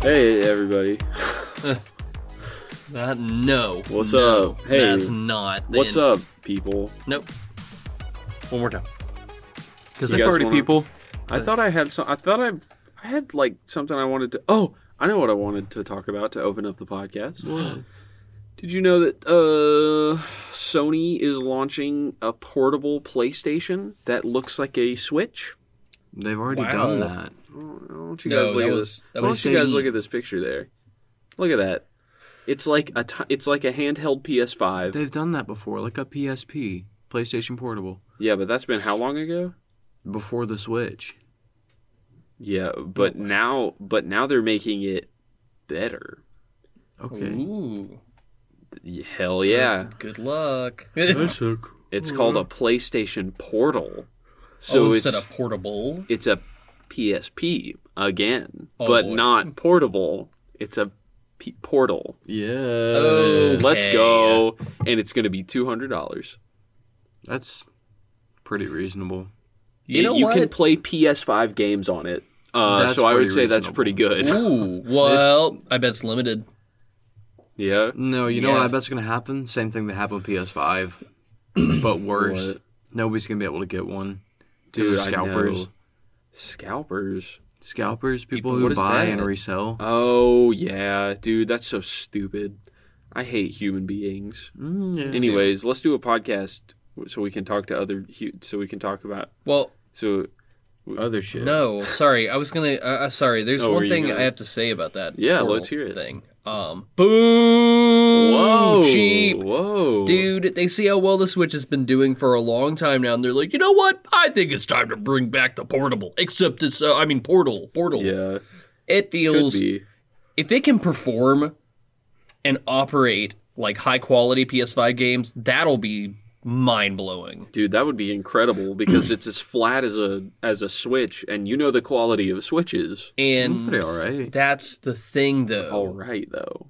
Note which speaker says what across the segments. Speaker 1: Hey, everybody.
Speaker 2: That, Uh, no.
Speaker 1: What's
Speaker 2: no,
Speaker 1: up? Hey,
Speaker 2: That's not. the
Speaker 1: What's
Speaker 2: end.
Speaker 1: up, people?
Speaker 2: Nope. One more time. Because
Speaker 1: You
Speaker 2: there's
Speaker 1: guys
Speaker 2: already
Speaker 1: wanna-
Speaker 2: people.
Speaker 1: I thought I had some. I thought I, I had like something I wanted to. Oh, I know what I wanted to talk about to open up the podcast. Did you know that uh, Sony is launching a portable PlayStation that looks like a Switch?
Speaker 3: They've already
Speaker 2: Wow.
Speaker 3: done that.
Speaker 1: Why don't you
Speaker 2: No,
Speaker 1: guys look
Speaker 2: that
Speaker 1: at
Speaker 2: was-
Speaker 1: this?
Speaker 2: that
Speaker 1: Why
Speaker 2: was
Speaker 1: don't you guys
Speaker 2: Sony.
Speaker 1: look at this picture there? Look at that. It's like a t- it's like a handheld PS5.
Speaker 3: They've done that before, like a PSP, PlayStation Portable,
Speaker 1: yeah, but that's been how long ago?
Speaker 3: before the Switch.
Speaker 1: Yeah, but now but now they're making it better.
Speaker 3: Okay.
Speaker 2: Ooh.
Speaker 1: Hell yeah.
Speaker 2: Good luck.
Speaker 1: It's called a PlayStation Portal.
Speaker 2: oh,
Speaker 1: So
Speaker 2: instead
Speaker 1: it's
Speaker 2: of portable.
Speaker 1: it's a PSP again,
Speaker 2: Oh,
Speaker 1: but
Speaker 2: boy.
Speaker 1: not portable. It's a P- portal.
Speaker 3: Yeah.
Speaker 2: Oh.
Speaker 1: Let's
Speaker 2: Okay.
Speaker 1: go. And it's going to be $200.
Speaker 3: That's pretty reasonable.
Speaker 2: You know
Speaker 1: you
Speaker 2: what?
Speaker 1: can play PS5 games on it. Uh,
Speaker 3: That's
Speaker 1: so I would
Speaker 3: pretty
Speaker 1: say that's
Speaker 3: reasonable.
Speaker 1: pretty good.
Speaker 2: Ooh. Well, I bet it's limited.
Speaker 1: yeah.
Speaker 3: No, you know what
Speaker 2: Yeah.
Speaker 3: I bet's gonna happen? Same thing that happened with PS5, but worse.
Speaker 1: What?
Speaker 3: Nobody's gonna be able to get one.
Speaker 1: Dude,
Speaker 3: Dude,
Speaker 1: I
Speaker 3: scalpers,
Speaker 1: know. Scalpers.
Speaker 3: scalpers, people,
Speaker 1: What
Speaker 3: who
Speaker 1: is
Speaker 3: buy
Speaker 1: that?
Speaker 3: and resell.
Speaker 1: Oh, yeah. Dude, that's so stupid. I hate human beings.
Speaker 3: Mm, yeah.
Speaker 1: Anyways, let's do a podcast so we can talk to other hu- so we can talk about
Speaker 2: Well,
Speaker 1: so
Speaker 3: other shit.
Speaker 2: no. Sorry, I was gonna. Uh, uh, sorry, there's
Speaker 1: Oh,
Speaker 2: one
Speaker 1: were you
Speaker 2: thing
Speaker 1: gonna-
Speaker 2: I have to say about that.
Speaker 1: Yeah,
Speaker 2: portal
Speaker 1: let's hear it.
Speaker 2: Thing. Um. Boom.
Speaker 1: whoa
Speaker 2: Cheap.
Speaker 1: whoa
Speaker 2: Dude, they see how well the Switch has been doing for a long time now, and they're like, you know what? I think it's time to bring back the portable. Except it's, uh, I mean, portal, portal.
Speaker 1: yeah
Speaker 2: It
Speaker 1: could
Speaker 2: feels
Speaker 1: be
Speaker 2: if it can perform and operate like high quality PS5 games, that'll be mind blowing.
Speaker 1: dude that would be incredible because it's as flat as a as a switch and you know the quality of switches
Speaker 2: And
Speaker 3: Pretty alright.
Speaker 2: that's the thing, though.
Speaker 1: all right though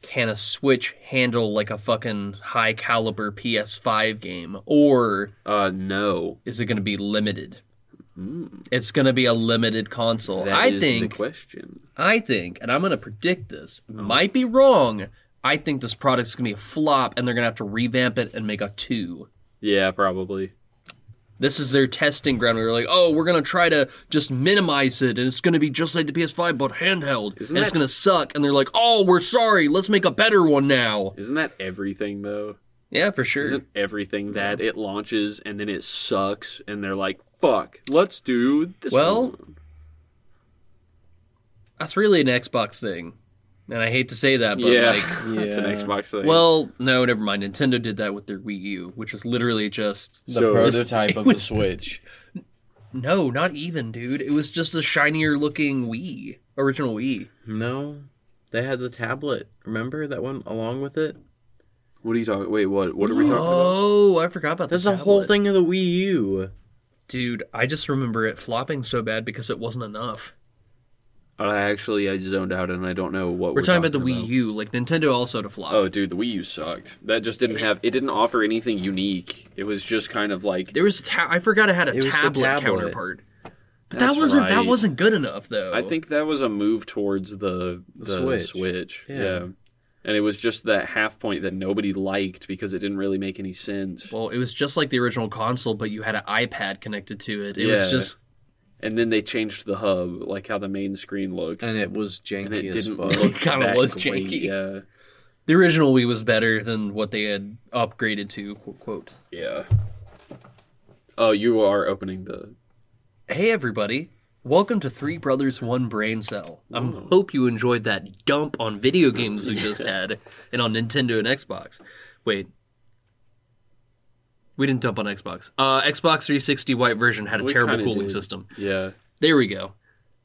Speaker 2: Can a Switch handle like a fucking high caliber PS5 game, or
Speaker 1: uh no
Speaker 2: is it going to be limited? It's going to be a limited console.
Speaker 1: Mm. That
Speaker 2: I
Speaker 1: is
Speaker 2: think
Speaker 1: the question
Speaker 2: I think, and I'm going to predict this,
Speaker 1: Oh.
Speaker 2: might be wrong. I think this product's going to be a flop and they're going to have to revamp it and make a two.
Speaker 1: yeah probably
Speaker 2: This is their testing ground. We were like, oh, we're going to try to just minimize it and it's going to be just like the PS5 but handheld.
Speaker 1: Isn't
Speaker 2: and it's
Speaker 1: that-
Speaker 2: going to suck. And they're like, oh, we're sorry. Let's make a better one now.
Speaker 1: isn't that everything though
Speaker 2: Yeah, for sure.
Speaker 1: isn't everything that it launches and then it sucks and they're like fuck let's do this
Speaker 2: Well,
Speaker 1: one.
Speaker 2: That's really an Xbox thing. And I hate to say that, but
Speaker 1: yeah
Speaker 2: like,
Speaker 1: it's an
Speaker 3: Yeah.
Speaker 1: xbox thing
Speaker 2: well, no, never mind. Nintendo did that with their Wii U, which was literally just
Speaker 3: The
Speaker 1: So-
Speaker 2: It
Speaker 3: prototype of the
Speaker 2: was-
Speaker 3: Switch.
Speaker 2: No, not even, dude. It was just a shinier looking Wii, original Wii.
Speaker 3: No, they had the tablet. Remember that went along with it?
Speaker 1: what are you talking wait what what are we talking about
Speaker 2: Oh, I forgot about
Speaker 3: That's
Speaker 2: the
Speaker 3: the whole
Speaker 2: tablet.
Speaker 3: thing of the Wii U.
Speaker 2: dude. I just remember it flopping so bad because it wasn't enough.
Speaker 1: I actually I zoned out and I don't know what
Speaker 2: We're,
Speaker 1: we're,
Speaker 2: talking about the Wii U, like Nintendo also to flop.
Speaker 1: Oh, dude, the Wii U sucked. That just didn't have. It didn't offer anything unique. It was just kind of like.
Speaker 2: There was a ta- I forgot it had a
Speaker 3: It was the
Speaker 2: tablet,
Speaker 3: tablet.
Speaker 2: counterpart. But
Speaker 1: That's
Speaker 2: that wasn't that
Speaker 1: right.
Speaker 2: wasn't good enough though.
Speaker 1: I think that was a move towards the the Switch.
Speaker 3: Switch.
Speaker 1: Yeah.
Speaker 3: Yeah.
Speaker 1: and it was just that half point that nobody liked because it didn't really make any sense.
Speaker 2: Well, it was just like the original console, but you had an iPad connected to it. It was
Speaker 1: Yeah.
Speaker 2: just
Speaker 1: And then they changed the hub, like how the main screen looked,
Speaker 3: And it was janky
Speaker 1: And it
Speaker 3: as
Speaker 1: didn't
Speaker 3: fuck.
Speaker 1: look.
Speaker 2: Kinda
Speaker 1: that
Speaker 2: was
Speaker 1: great.
Speaker 2: janky.
Speaker 1: Yeah,
Speaker 2: the original Wii was better than what they had upgraded to. Quote, quote.
Speaker 1: yeah. Oh, you are opening the.
Speaker 2: Hey, everybody. Welcome to Three Brothers One Brain Cell. I hope you enjoyed that dump on video games we just had and on Nintendo and Xbox. Wait. We didn't dump on Xbox. Uh, Xbox 360 white version had a
Speaker 1: We
Speaker 2: terrible
Speaker 1: kinda
Speaker 2: cooling
Speaker 1: did.
Speaker 2: system.
Speaker 1: Yeah,
Speaker 2: There we go.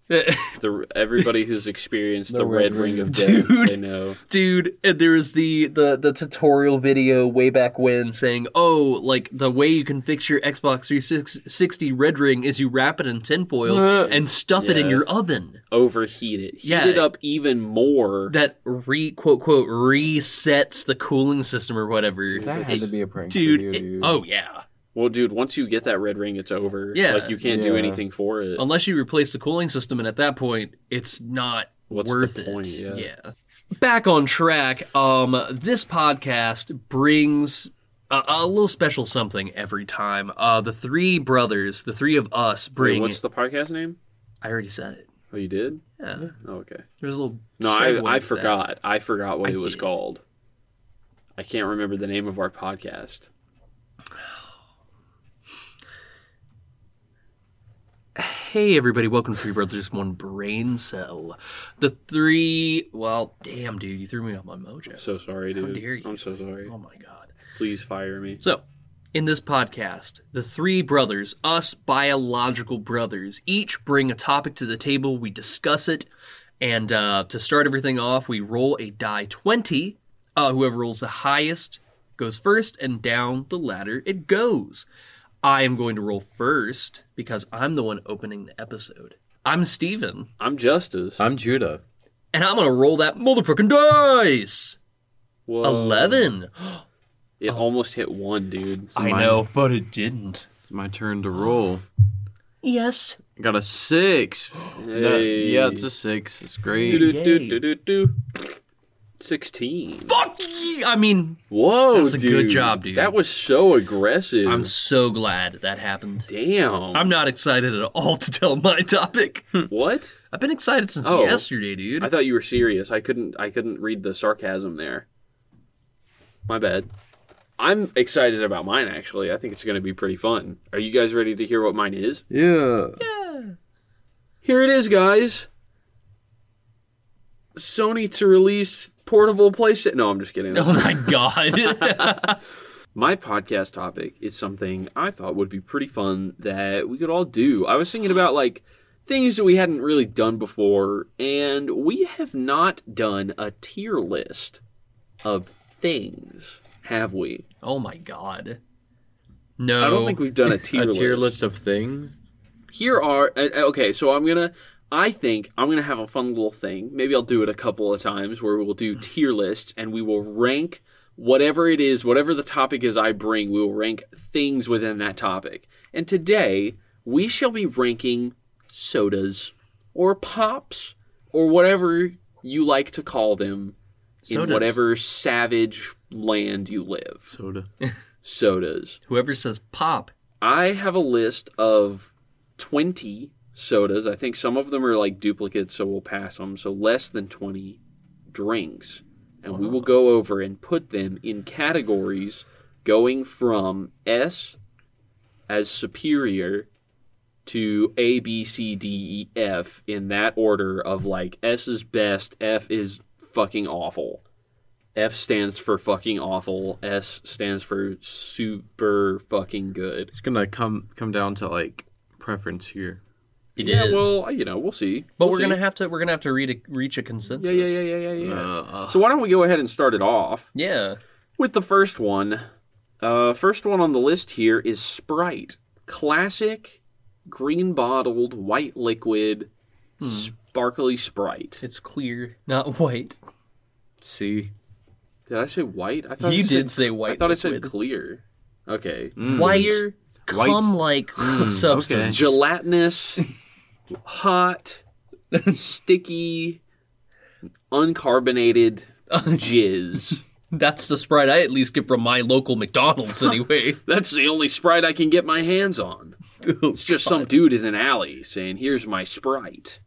Speaker 1: the everybody who's experienced the,
Speaker 3: Red
Speaker 1: red, ring of death,
Speaker 2: Dude.
Speaker 1: they know.
Speaker 2: dude and there was the, the the tutorial video way back when saying oh like the way you can fix your xbox 360 red ring is you wrap it in tinfoil and stuff it in
Speaker 1: Uh, Yeah.
Speaker 2: your oven
Speaker 1: overheat it. Heat
Speaker 2: Yeah.
Speaker 1: it up even more.
Speaker 2: that re quote quote resets the cooling system or whatever
Speaker 3: That had to be a prank
Speaker 2: dude,
Speaker 3: video,
Speaker 2: it-
Speaker 3: dude.
Speaker 2: oh yeah
Speaker 1: well, dude, once you get that red ring, it's over.
Speaker 2: Yeah.
Speaker 1: Like, you can't do
Speaker 3: Yeah.
Speaker 1: anything for it.
Speaker 2: unless you replace the cooling system and at that point it's not
Speaker 1: What's
Speaker 2: worth
Speaker 1: the point?
Speaker 2: it. Yeah. Back on track. Um, this podcast brings a, a little special something every time. Uh, the three brothers, the three of us,
Speaker 1: Wait,
Speaker 2: bring.
Speaker 1: what's the podcast name?
Speaker 2: I already said it.
Speaker 1: Oh, you did?
Speaker 2: Yeah,
Speaker 1: Oh, okay.
Speaker 2: there's a little.
Speaker 1: No,
Speaker 2: segue to
Speaker 1: I, I
Speaker 2: that.
Speaker 1: forgot. I forgot what
Speaker 2: I
Speaker 1: it was
Speaker 2: did.
Speaker 1: called. I can't remember the name of our podcast.
Speaker 2: Hey everybody, welcome to Three Brothers One Brain Cell. The three. Well, damn, dude, you threw me off my mojo.
Speaker 1: So sorry, dude.
Speaker 2: dare you.
Speaker 1: I'm so sorry.
Speaker 2: Oh my god.
Speaker 1: Please fire me.
Speaker 2: So, in this podcast, the three brothers, us biological brothers, each bring a topic to the table. We discuss it. And uh, to start everything off, we roll a die 20. Uh, whoever rolls the highest goes first, and down the ladder it goes. I am going to roll first because I'm the one opening the episode. I'm Steven,
Speaker 1: I'm Justice.
Speaker 3: I'm Judah.
Speaker 2: and I'm going to roll that motherfucking dice.
Speaker 1: Whoa.
Speaker 2: 11.
Speaker 1: It
Speaker 2: oh.
Speaker 1: almost hit one, dude.
Speaker 2: I
Speaker 3: mine.
Speaker 2: know, but it didn't.
Speaker 4: It's my turn to roll.
Speaker 2: Yes.
Speaker 4: I got a six. That-
Speaker 1: Hey.
Speaker 4: yeah, it's a six. It's great.
Speaker 1: Do, do, do, do, do. Sixteen.
Speaker 2: Fuck ye- I mean,
Speaker 1: Whoa,
Speaker 2: That's a
Speaker 1: dude.
Speaker 2: good job, dude.
Speaker 1: That was so aggressive.
Speaker 2: I'm so glad that happened.
Speaker 1: Damn.
Speaker 2: I'm not excited at all to tell my topic.
Speaker 1: what?
Speaker 2: I've been excited since
Speaker 1: Hmm. Oh.
Speaker 2: yesterday, dude.
Speaker 1: I thought you were serious. I couldn't. I couldn't read the sarcasm there. My bad. I'm excited about mine. Actually, I think it's going to be pretty fun. Are you guys ready to hear what mine is?
Speaker 3: Yeah.
Speaker 1: Here it is, guys. Sony to release portable PlayStation. No, I'm just kidding. That's
Speaker 2: oh my god.
Speaker 1: My podcast topic is something I thought would be pretty fun that we could all do. I was thinking about like things that we hadn't really done before, and we have not done a tier list of things, have we?
Speaker 2: oh my god. No.
Speaker 1: I don't think we've done a tier,
Speaker 3: A tier
Speaker 1: list.
Speaker 3: list of things.
Speaker 1: Here are uh, okay, so I'm gonna. I think I'm gonna have a fun little thing. Maybe I'll do it a couple of times where we'll do tier lists and we will rank whatever it is, whatever the topic is I bring. We will rank things within that topic. And today we shall be ranking sodas or pops or whatever you like to call them in
Speaker 2: Sodas.
Speaker 1: whatever savage land you live.
Speaker 4: Soda.
Speaker 1: Sodas.
Speaker 2: Whoever says pop.
Speaker 1: I have a list of 20 sodas. I think some of them are like duplicates, so we'll pass them. So less than 20 drinks. And we will go over and put them in categories going from S as superior to A, B, C, D, E, F in that order of like S is best, F is fucking awful. F stands for fucking awful. S stands for super fucking good.
Speaker 4: It's gonna come come down to like preference here.
Speaker 2: It
Speaker 1: yeah,
Speaker 2: is.
Speaker 1: well, you know, we'll see.
Speaker 2: but
Speaker 1: We'll
Speaker 2: we're
Speaker 1: see.
Speaker 2: gonna have to we're gonna have to read a, reach a consensus.
Speaker 1: Yeah, yeah, yeah, yeah, yeah, yeah.
Speaker 4: Uh,
Speaker 1: so why don't we go ahead and start it off
Speaker 2: Yeah.
Speaker 1: with the first one? Uh, first one on the list here is Sprite, classic, green bottled, white liquid,
Speaker 2: Hmm.
Speaker 1: sparkly Sprite.
Speaker 2: It's clear, not white.
Speaker 3: See.
Speaker 1: Did I say white? I thought
Speaker 2: You
Speaker 1: I said-
Speaker 2: did say
Speaker 1: I
Speaker 2: white
Speaker 1: thought I said
Speaker 2: liquid. Hmm.
Speaker 1: clear. Okay,
Speaker 2: White
Speaker 1: Clear,
Speaker 4: White.
Speaker 2: cum like
Speaker 1: Hmm,
Speaker 2: substance.
Speaker 1: gelatinous, hot, sticky, uncarbonated jizz.
Speaker 2: That's the sprite I at least get from my local McDonald's anyway.
Speaker 1: That's the only Sprite I can get my hands on. It's just some dude in an alley saying, "Here's my Sprite."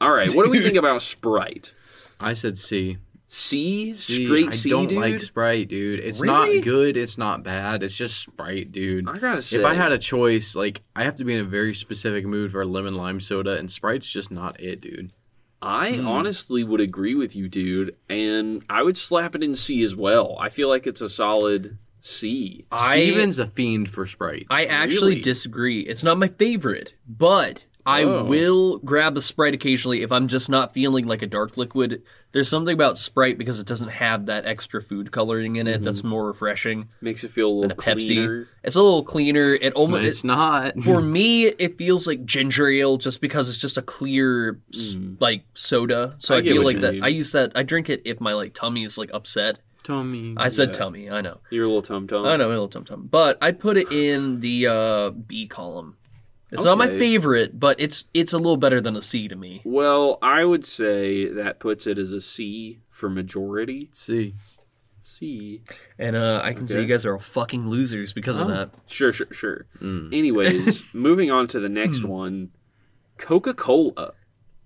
Speaker 1: All right, what do we think about Sprite?
Speaker 4: I said C.
Speaker 1: C,
Speaker 4: C.
Speaker 1: straight
Speaker 4: I
Speaker 1: C,
Speaker 4: don't
Speaker 1: dude.
Speaker 4: like Sprite, dude. It's
Speaker 2: Really?
Speaker 4: not good. It's not bad. It's just Sprite, dude.
Speaker 1: I gotta say,
Speaker 4: If I had a choice, like I have to be in a very specific mood for lemon lime soda, and Sprite's just not it, dude.
Speaker 1: I
Speaker 4: Hmm.
Speaker 1: honestly would agree with you, dude, and I would slap it in C as well. I feel like it's a solid C.
Speaker 2: I-
Speaker 4: Steven's a fiend for Sprite.
Speaker 2: I actually
Speaker 1: Really?
Speaker 2: disagree. It's not my favorite, but I
Speaker 1: Oh.
Speaker 2: will grab a Sprite occasionally if I'm just not feeling like a dark liquid. There's something about Sprite because it doesn't have that extra food coloring in it that's more refreshing
Speaker 1: Makes it feel a
Speaker 2: than
Speaker 1: little
Speaker 2: a Pepsi.
Speaker 1: Mm-hmm. cleaner.
Speaker 2: It's a little cleaner. It
Speaker 4: but
Speaker 2: almost
Speaker 4: it's not.
Speaker 2: for me it feels like ginger ale just because it's just a clear s like soda. So
Speaker 1: Hmm. I
Speaker 2: I,
Speaker 1: get
Speaker 2: feel
Speaker 1: what
Speaker 2: like
Speaker 1: you
Speaker 2: that
Speaker 1: mean.
Speaker 2: I use that I drink it if my like tummy is like upset.
Speaker 4: Tommy.
Speaker 2: I said
Speaker 1: Yeah.
Speaker 2: tummy, I know.
Speaker 4: Oh,
Speaker 1: Your little tum tum.
Speaker 2: I know it'll tum tum, but I put it in the uh, B column It's not my
Speaker 1: Okay.
Speaker 2: favorite, but it's it's a little better than a C to me.
Speaker 1: Well, I would say that puts it as a C for majority.
Speaker 4: See,
Speaker 1: C.
Speaker 2: And uh, I can say
Speaker 1: Okay. Oh.
Speaker 2: you guys are all fucking losers because of that.
Speaker 1: Sure, sure, sure.
Speaker 4: Mm.
Speaker 1: Anyways, moving on to the next one Coca Cola.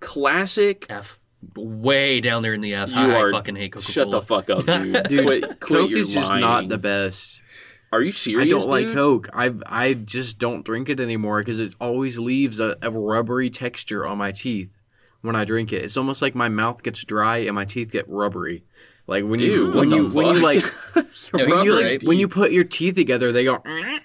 Speaker 1: Classic.
Speaker 2: F. Way down there in the F.
Speaker 1: You
Speaker 2: I
Speaker 1: are-
Speaker 2: fucking hate Coca-Cola.
Speaker 1: Shut the fuck up, dude.
Speaker 4: dude,
Speaker 1: quit, quit
Speaker 4: Coke
Speaker 1: your
Speaker 4: is just
Speaker 1: lying.
Speaker 4: not the best.
Speaker 1: Are you serious?
Speaker 4: I don't like
Speaker 1: dude?
Speaker 4: Coke. I I just don't drink it anymore because it always leaves a, a rubbery texture on my teeth when I drink it. It's almost like my mouth gets dry and my teeth get rubbery. Like when
Speaker 1: Ew,
Speaker 4: you when
Speaker 1: what
Speaker 4: you
Speaker 1: the
Speaker 4: when you like
Speaker 1: fuck?
Speaker 2: Yeah,
Speaker 4: when
Speaker 2: he's
Speaker 4: you like
Speaker 2: right.
Speaker 4: when you put your teeth together, they go "Eh,"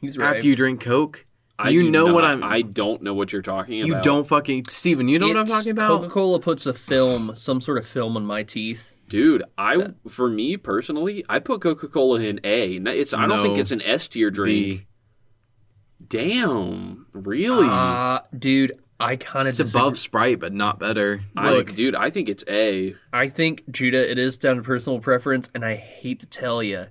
Speaker 2: He's right.
Speaker 4: after you drink Coke.
Speaker 1: I
Speaker 4: you
Speaker 1: do
Speaker 4: know what
Speaker 1: not-
Speaker 4: I'm-
Speaker 1: I don't know what you're talking about.
Speaker 4: You don't fucking Steven, You know what I'm
Speaker 2: It's-
Speaker 4: talking about?
Speaker 2: Coca-Cola puts a film, some sort of film, on my teeth.
Speaker 1: Dude, I for me personally, I put Coca Cola in A. N- It's I don't
Speaker 4: No.
Speaker 1: think it's an S tier drink.
Speaker 4: B.
Speaker 1: Damn, really?
Speaker 4: Uh,
Speaker 2: Ah, dude, I kind of
Speaker 4: It's above Sprite, but not better.
Speaker 1: I,
Speaker 4: Like
Speaker 1: dude, I think it's A.
Speaker 2: I think Judah, it is down to personal preference, and I hate to tell you,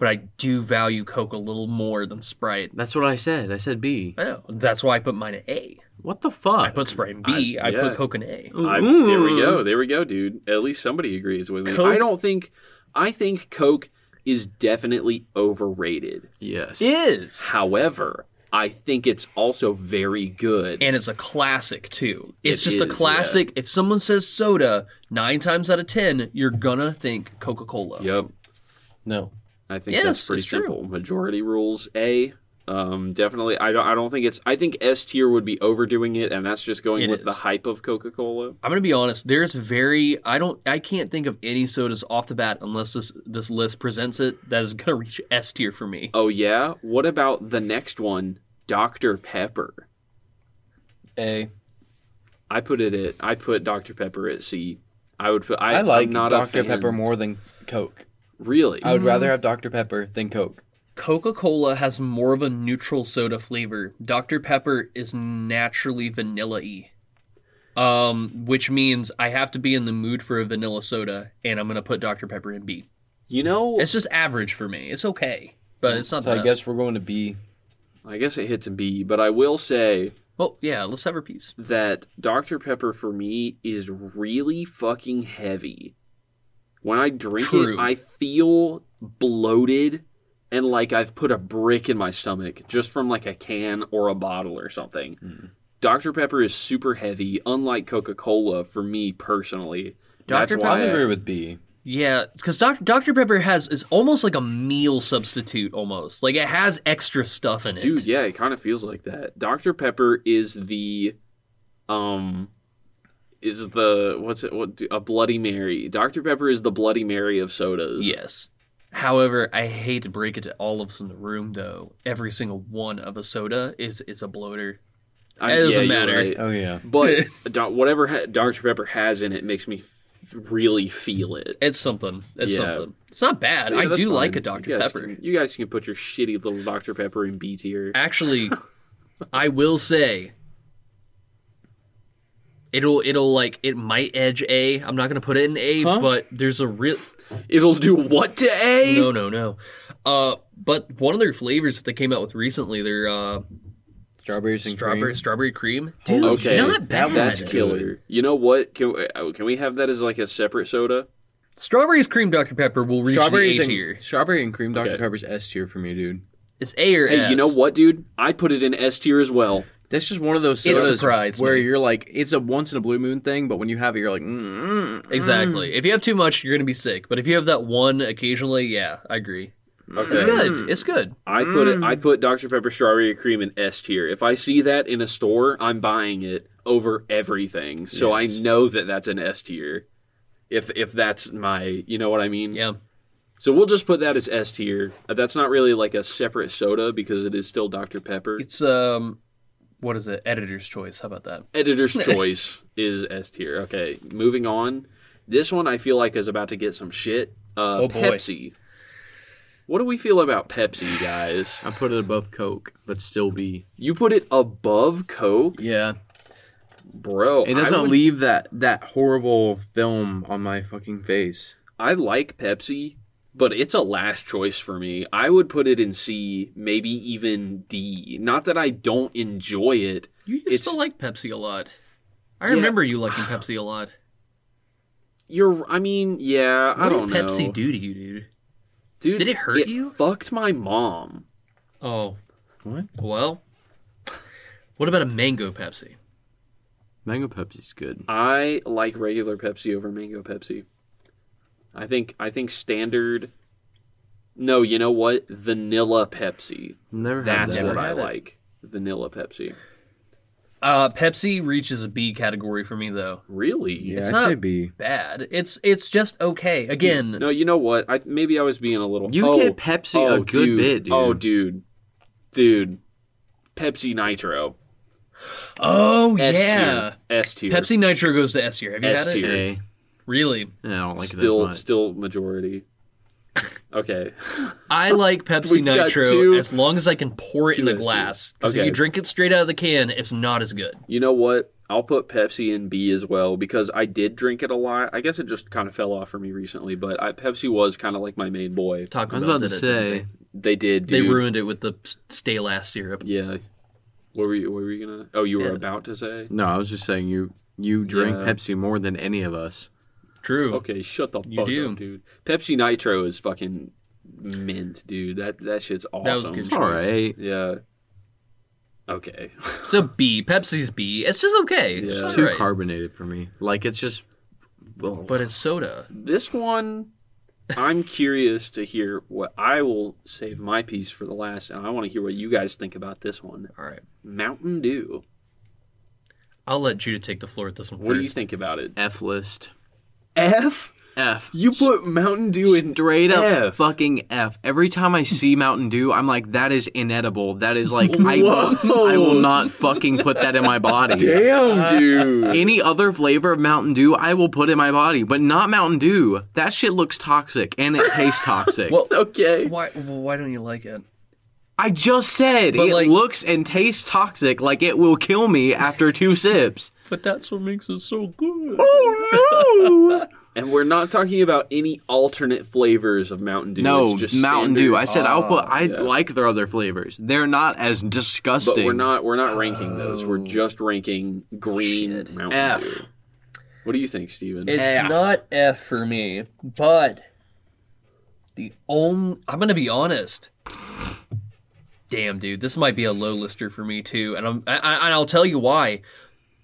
Speaker 2: but I do value Coke a little more than Sprite.
Speaker 4: that's what I said. I said B.
Speaker 2: I know. That's why I put mine at A.
Speaker 4: What the
Speaker 2: I
Speaker 4: fuck?
Speaker 2: put Sprite in B. I
Speaker 1: I- Uh, yeah.
Speaker 2: put Coke in A.
Speaker 1: I, there we go. There we go, dude. At least somebody agrees with me.
Speaker 2: Coke-
Speaker 1: I don't think I think Coke is definitely overrated.
Speaker 4: Yes.
Speaker 2: Is
Speaker 1: However, I think it's also very good.
Speaker 2: and it's a classic too. It's
Speaker 1: It
Speaker 2: just a
Speaker 1: is,
Speaker 2: classic. If someone says soda, nine times out of ten, you're gonna think Coca Cola.
Speaker 1: yep.
Speaker 4: No.
Speaker 1: I think
Speaker 2: Yes,
Speaker 1: that's pretty
Speaker 2: it's true.
Speaker 1: simple. Majority rules A. Um, definitely. I don't. I don't think it's. I think S tier would be overdoing it, and that's just going
Speaker 2: It
Speaker 1: with the
Speaker 2: is.
Speaker 1: hype of Coca Cola.
Speaker 2: I'm gonna be honest. There's very I don't I can't think of any sodas off the bat unless this this list presents it that is gonna reach S tier for me.
Speaker 1: Oh yeah. What about the next one, Dr Pepper?
Speaker 3: A.
Speaker 1: I put it at. I put Dr Pepper at C. I would put. I,
Speaker 3: I like
Speaker 1: am not a
Speaker 3: Dr
Speaker 1: fan.
Speaker 3: Pepper more than Coke.
Speaker 1: Really?
Speaker 4: Mm.
Speaker 3: I would rather have Dr Pepper than Coke.
Speaker 2: Coca Cola has more of a neutral soda flavor. Dr Pepper is naturally vanilla y. Um, which means I have to be in the mood for a vanilla soda, and I'm gonna put Dr Pepper in B.
Speaker 1: you know.
Speaker 2: It's just average for me. It's okay, but it's not.
Speaker 3: So
Speaker 2: the
Speaker 3: I
Speaker 2: best.
Speaker 3: guess we're going to B.
Speaker 1: I guess it hits a B, but I will say
Speaker 2: Well, Oh, yeah. Let's have our piece.
Speaker 1: that Dr Pepper for me is really fucking heavy. When I drink
Speaker 2: True.
Speaker 1: it, I feel bloated and like I've put a brick in my stomach just from like a can or a bottle or something.
Speaker 3: Hmm.
Speaker 1: Dr Pepper is super heavy, unlike Coca Cola for me personally. That's
Speaker 3: Dr Pepper.
Speaker 1: why
Speaker 3: I agree
Speaker 1: I,
Speaker 3: with B.
Speaker 2: Yeah, because Dr. Dr Pepper has is almost like a meal substitute. Almost like it has extra stuff in it.
Speaker 1: dude, yeah, it kind of feels like that. Dr Pepper is the um is the what's it what a bloody mary. Dr Pepper is the bloody mary of sodas.
Speaker 2: Yes. However, I hate to break it to all of us in the room, though. Every single one of a soda is is a bloater.
Speaker 1: I-
Speaker 2: It doesn't
Speaker 1: you're
Speaker 2: matter.
Speaker 1: right.
Speaker 3: Oh yeah.
Speaker 1: But do- whatever ha- Dr Pepper has in it makes me f- really feel it.
Speaker 2: It's something. It's
Speaker 1: Yeah.
Speaker 2: something. It's not bad.
Speaker 1: Yeah,
Speaker 2: I do
Speaker 1: that's
Speaker 2: like
Speaker 1: fine.
Speaker 2: a Dr
Speaker 1: You guys
Speaker 2: Pepper.
Speaker 1: can- you guys can put your shitty little Dr Pepper in B tier.
Speaker 2: Actually, I will say it'll it'll like it might edge A. I'm not gonna put it in A,
Speaker 3: Huh?
Speaker 2: but there's a real
Speaker 1: It'll do what to A?
Speaker 2: no no no. Uh, but one of their flavors that they came out with recently, their uh,
Speaker 3: Strawberries and
Speaker 2: strawberry
Speaker 3: cream.
Speaker 2: strawberry cream. Dude,
Speaker 1: Okay,
Speaker 2: not bad.
Speaker 1: That's killer. You know what? Can we, uh, can we have that as like a separate soda?
Speaker 2: Strawberries cream Dr Pepper will reach
Speaker 3: Strawberries
Speaker 2: the A
Speaker 3: and
Speaker 2: tier.
Speaker 3: strawberry and cream. Dr
Speaker 1: Okay.
Speaker 3: Pepper's S tier for me, dude.
Speaker 2: It's A or
Speaker 1: Hey,
Speaker 2: S.
Speaker 1: you know what, dude? I put it in S tier as well.
Speaker 4: That's just one of those
Speaker 2: It
Speaker 4: sodas
Speaker 2: surprised
Speaker 4: where
Speaker 2: me.
Speaker 4: you're like, it's a once in a blue moon thing, but when you have it, you're like, mm, mm,
Speaker 2: Exactly. If you have too much, you're gonna be sick. But if you have that one occasionally, yeah, I agree.
Speaker 1: Okay.
Speaker 2: It's good. It's good.
Speaker 1: I put it. I put Dr Pepper strawberry cream in S tier. If I see that in a store, I'm buying it over everything. So
Speaker 4: Yes.
Speaker 1: I know that that's an S tier. If if that's my, you know what I mean.
Speaker 2: Yeah.
Speaker 1: So we'll just put that as S tier. Uh, That's not really like a separate soda because it is still Dr Pepper.
Speaker 2: It's um, what is it? Editor's choice. How about that?
Speaker 1: Editor's choice is S tier. Okay, moving on. This one I feel like is about to get some shit. Uh,
Speaker 2: Oh, boy.
Speaker 1: Pepsi. What do we feel about Pepsi, guys?
Speaker 4: I put it above Coke, but still B.
Speaker 1: You put it above Coke,
Speaker 4: Yeah,
Speaker 1: bro.
Speaker 4: it
Speaker 1: I
Speaker 4: doesn't
Speaker 1: would-
Speaker 4: leave that that horrible film on my fucking face.
Speaker 1: I like Pepsi. but it's a last choice for me. I would put it in C, maybe even D. Not that I don't enjoy it.
Speaker 2: You used
Speaker 1: It's-
Speaker 2: to like Pepsi a lot. I
Speaker 1: Yeah.
Speaker 2: remember you liking Pepsi a lot.
Speaker 1: You're, I mean, yeah, I
Speaker 2: what
Speaker 1: don't
Speaker 2: did
Speaker 1: know.
Speaker 2: Pepsi do to you, dude?
Speaker 1: Dude,
Speaker 2: Did it hurt you?
Speaker 1: Fucked my mom.
Speaker 2: Oh,
Speaker 4: What?
Speaker 2: Well, what about a mango Pepsi?
Speaker 4: Mango Pepsi's good.
Speaker 1: I like regular Pepsi over mango Pepsi. I think I think standard. No, you know what? Vanilla Pepsi.
Speaker 4: Never had
Speaker 1: That's
Speaker 4: that.
Speaker 1: what I
Speaker 3: had it.
Speaker 1: like. Vanilla Pepsi.
Speaker 2: Uh, Pepsi reaches a B category for me though.
Speaker 1: Really?
Speaker 4: Yeah,
Speaker 2: It's
Speaker 4: I
Speaker 2: not-
Speaker 4: say B.
Speaker 2: Bad. It's it's just okay. Again,
Speaker 1: No, you know what? I maybe I was being a little.
Speaker 4: You
Speaker 1: oh,
Speaker 4: get Pepsi a
Speaker 1: oh,
Speaker 4: good
Speaker 1: dude.
Speaker 4: bit, dude.
Speaker 1: Oh, dude, dude, Pepsi Nitro.
Speaker 2: oh
Speaker 1: S
Speaker 2: yeah.
Speaker 1: tier. S tier.
Speaker 2: Pepsi Nitro goes to S tier. Have you
Speaker 1: S
Speaker 2: had it?
Speaker 1: tier.
Speaker 4: A.
Speaker 2: Really?
Speaker 4: Yeah, Eh, I don't like it as
Speaker 1: still,
Speaker 4: much.
Speaker 1: still majority. Okay.
Speaker 2: I like Pepsi
Speaker 1: We've got
Speaker 2: Nitro
Speaker 1: two-
Speaker 2: as long as I can pour it in
Speaker 1: two
Speaker 2: a
Speaker 1: S tiers.
Speaker 2: glass. Because if
Speaker 1: Okay.
Speaker 2: you drink it straight out of the can, it's not as good.
Speaker 1: You know what? I'll put Pepsi in B as well because I did drink it a lot. I guess it just kind of fell off for me recently, but I, Pepsi was kind of like my main boy.
Speaker 2: Taco
Speaker 4: I was
Speaker 2: Bell
Speaker 4: about to
Speaker 2: did it, didn't
Speaker 4: say,
Speaker 1: They did.
Speaker 2: they,
Speaker 1: Dude.
Speaker 2: they ruined it with the s- stale ass syrup.
Speaker 1: Yeah. What were you? What were you gonna? Oh, you were
Speaker 2: Yeah.
Speaker 1: about to say.
Speaker 4: no, I was just saying you you drink
Speaker 1: Yeah.
Speaker 4: Pepsi more than any of us.
Speaker 2: True.
Speaker 1: Okay, shut the
Speaker 2: You
Speaker 1: fuck
Speaker 2: do.
Speaker 1: up, dude. Pepsi Nitro is fucking mint, dude. That that shit's awesome.
Speaker 2: was good
Speaker 4: It's all
Speaker 2: Choice.
Speaker 4: right.
Speaker 1: Yeah. Okay.
Speaker 2: So B. Pepsi's B. It's just okay. It's
Speaker 1: Yeah.
Speaker 2: just
Speaker 4: Too
Speaker 2: alright.
Speaker 4: carbonated for me. Like it's just. Well,
Speaker 2: But it's soda.
Speaker 1: This one I'm curious to hear what I will save my piece for the last and I want to hear what you guys think about this one.
Speaker 2: All right.
Speaker 1: Mountain Dew.
Speaker 2: I'll let Judah take the floor at this one
Speaker 1: What do you
Speaker 2: first.
Speaker 1: think about it?
Speaker 4: F list.
Speaker 1: F?
Speaker 4: F.
Speaker 1: You put Mountain Dew in
Speaker 4: Straight up
Speaker 1: F.
Speaker 4: fucking F. Every time I see Mountain Dew, I'm like, that is inedible. That is like, I,
Speaker 1: Whoa.
Speaker 4: I will not fucking put that in my body.
Speaker 1: Damn, dude.
Speaker 4: Any other flavor of Mountain Dew, I will put in my body, but not Mountain Dew. That shit looks toxic and it tastes toxic.
Speaker 2: Well-
Speaker 1: okay.
Speaker 2: Why? Well, why don't you like it?
Speaker 4: I just said
Speaker 2: But,
Speaker 4: it
Speaker 2: like-
Speaker 4: looks and tastes toxic like it will kill me after two sips.
Speaker 2: But that's what makes it so good.
Speaker 4: Oh
Speaker 1: And we're not talking about any alternate flavors of Mountain Dew.
Speaker 4: no.
Speaker 1: it's just
Speaker 4: Mountain
Speaker 1: standard. Ah,
Speaker 4: Dew. I said I'll put I
Speaker 1: yeah.
Speaker 4: like their other flavors. They're not as disgusting.
Speaker 1: But we're not we're not ranking those.
Speaker 2: Oh,
Speaker 1: We're just ranking green Mountain
Speaker 4: F.
Speaker 1: Dew. What do you think, Steven?
Speaker 2: It's
Speaker 4: F.
Speaker 2: not F for me, but the only I'm gonna be honest. Damn, dude, this might be a low lister for me too, and I'm I, I, and I'll tell you why.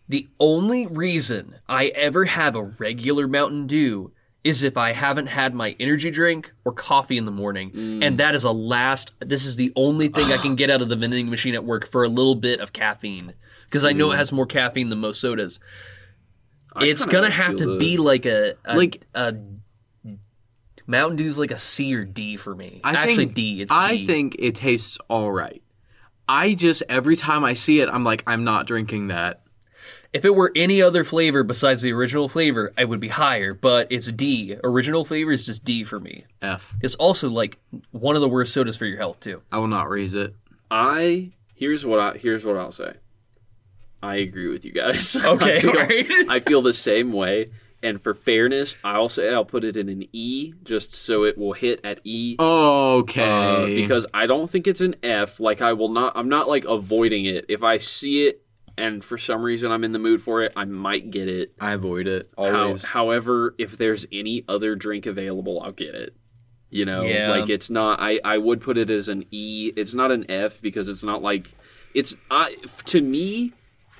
Speaker 2: The only reason I ever have a regular Mountain Dew is if I haven't had my energy drink or coffee in the morning, and that is a last. This is the only thing I can get out of the vending machine at work for a little bit of caffeine because I know it has more caffeine than most sodas
Speaker 1: I
Speaker 2: it's
Speaker 1: kinda
Speaker 2: gonna have
Speaker 1: feel
Speaker 2: to
Speaker 1: the-
Speaker 2: be like a, a
Speaker 4: Like-
Speaker 2: like a Mountain Dew's like a C or D for me.
Speaker 4: I
Speaker 2: Actually,
Speaker 4: think,
Speaker 2: D. It's E.
Speaker 4: I
Speaker 2: D.
Speaker 4: think it tastes all right. I just every time I see it, I'm like, I'm not drinking that.
Speaker 2: if it were any other flavor besides the original flavor, I would be higher. But it's D. Original flavor is just D for me.
Speaker 4: F.
Speaker 2: It's also like one of the worst sodas for your health too.
Speaker 4: I will not raise it.
Speaker 1: I here's what I here's what I'll say. I agree with you guys.
Speaker 2: Okay,
Speaker 1: I feel,
Speaker 2: alright.
Speaker 1: I feel the same way. And for fairness, I'll say I'll put it in an E just so it will hit at E. uh,
Speaker 4: Okay.
Speaker 1: because I don't think it's an F. Like I will not. I'm not like avoiding it. If I see it and for some reason I'm in the mood for it, I might get it.
Speaker 4: I avoid it
Speaker 1: How-
Speaker 4: always.
Speaker 1: however, if there's any other drink available, I'll get it. You know,
Speaker 2: Yeah.
Speaker 1: like it's not. I I would put it as an E. It's not an F because it's not like it's. I f- to me,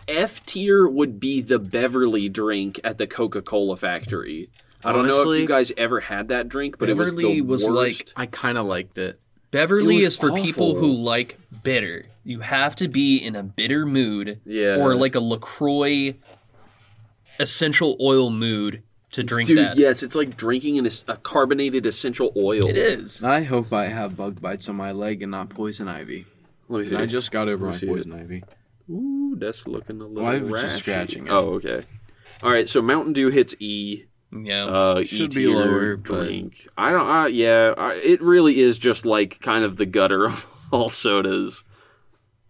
Speaker 1: F tier would be the Beverly drink at the Coca Cola factory. I don't know if
Speaker 4: Honestly,
Speaker 1: you guys ever had that drink, but
Speaker 2: Beverly
Speaker 1: it was
Speaker 2: was
Speaker 1: the
Speaker 2: like-
Speaker 1: worst.
Speaker 4: I kind of liked it.
Speaker 2: Beverly
Speaker 1: It was
Speaker 2: is for people
Speaker 1: awful.
Speaker 2: who like bitter. You have to be in a bitter mood
Speaker 1: Yeah.
Speaker 2: or like a LaCroix essential oil mood to drink
Speaker 1: Dude,
Speaker 2: that.
Speaker 1: yes, it's like drinking an, es- a carbonated essential oil.
Speaker 2: It is.
Speaker 4: I hope I have bug bites on my leg and not poison ivy.
Speaker 1: Let me see.
Speaker 4: I just got over my
Speaker 1: see
Speaker 4: poison ivy.
Speaker 1: Ooh, that's looking a little.
Speaker 4: Well, I was just
Speaker 1: rashy.
Speaker 4: scratching it.
Speaker 1: Oh, okay. All right, so Mountain Dew hits E.
Speaker 2: Yeah.
Speaker 1: Uh,
Speaker 4: Should
Speaker 1: E
Speaker 4: be
Speaker 1: tier
Speaker 4: lower, but-
Speaker 1: drink. I don't. Uh, yeah, I, it really is just like kind of the gutter of all sodas.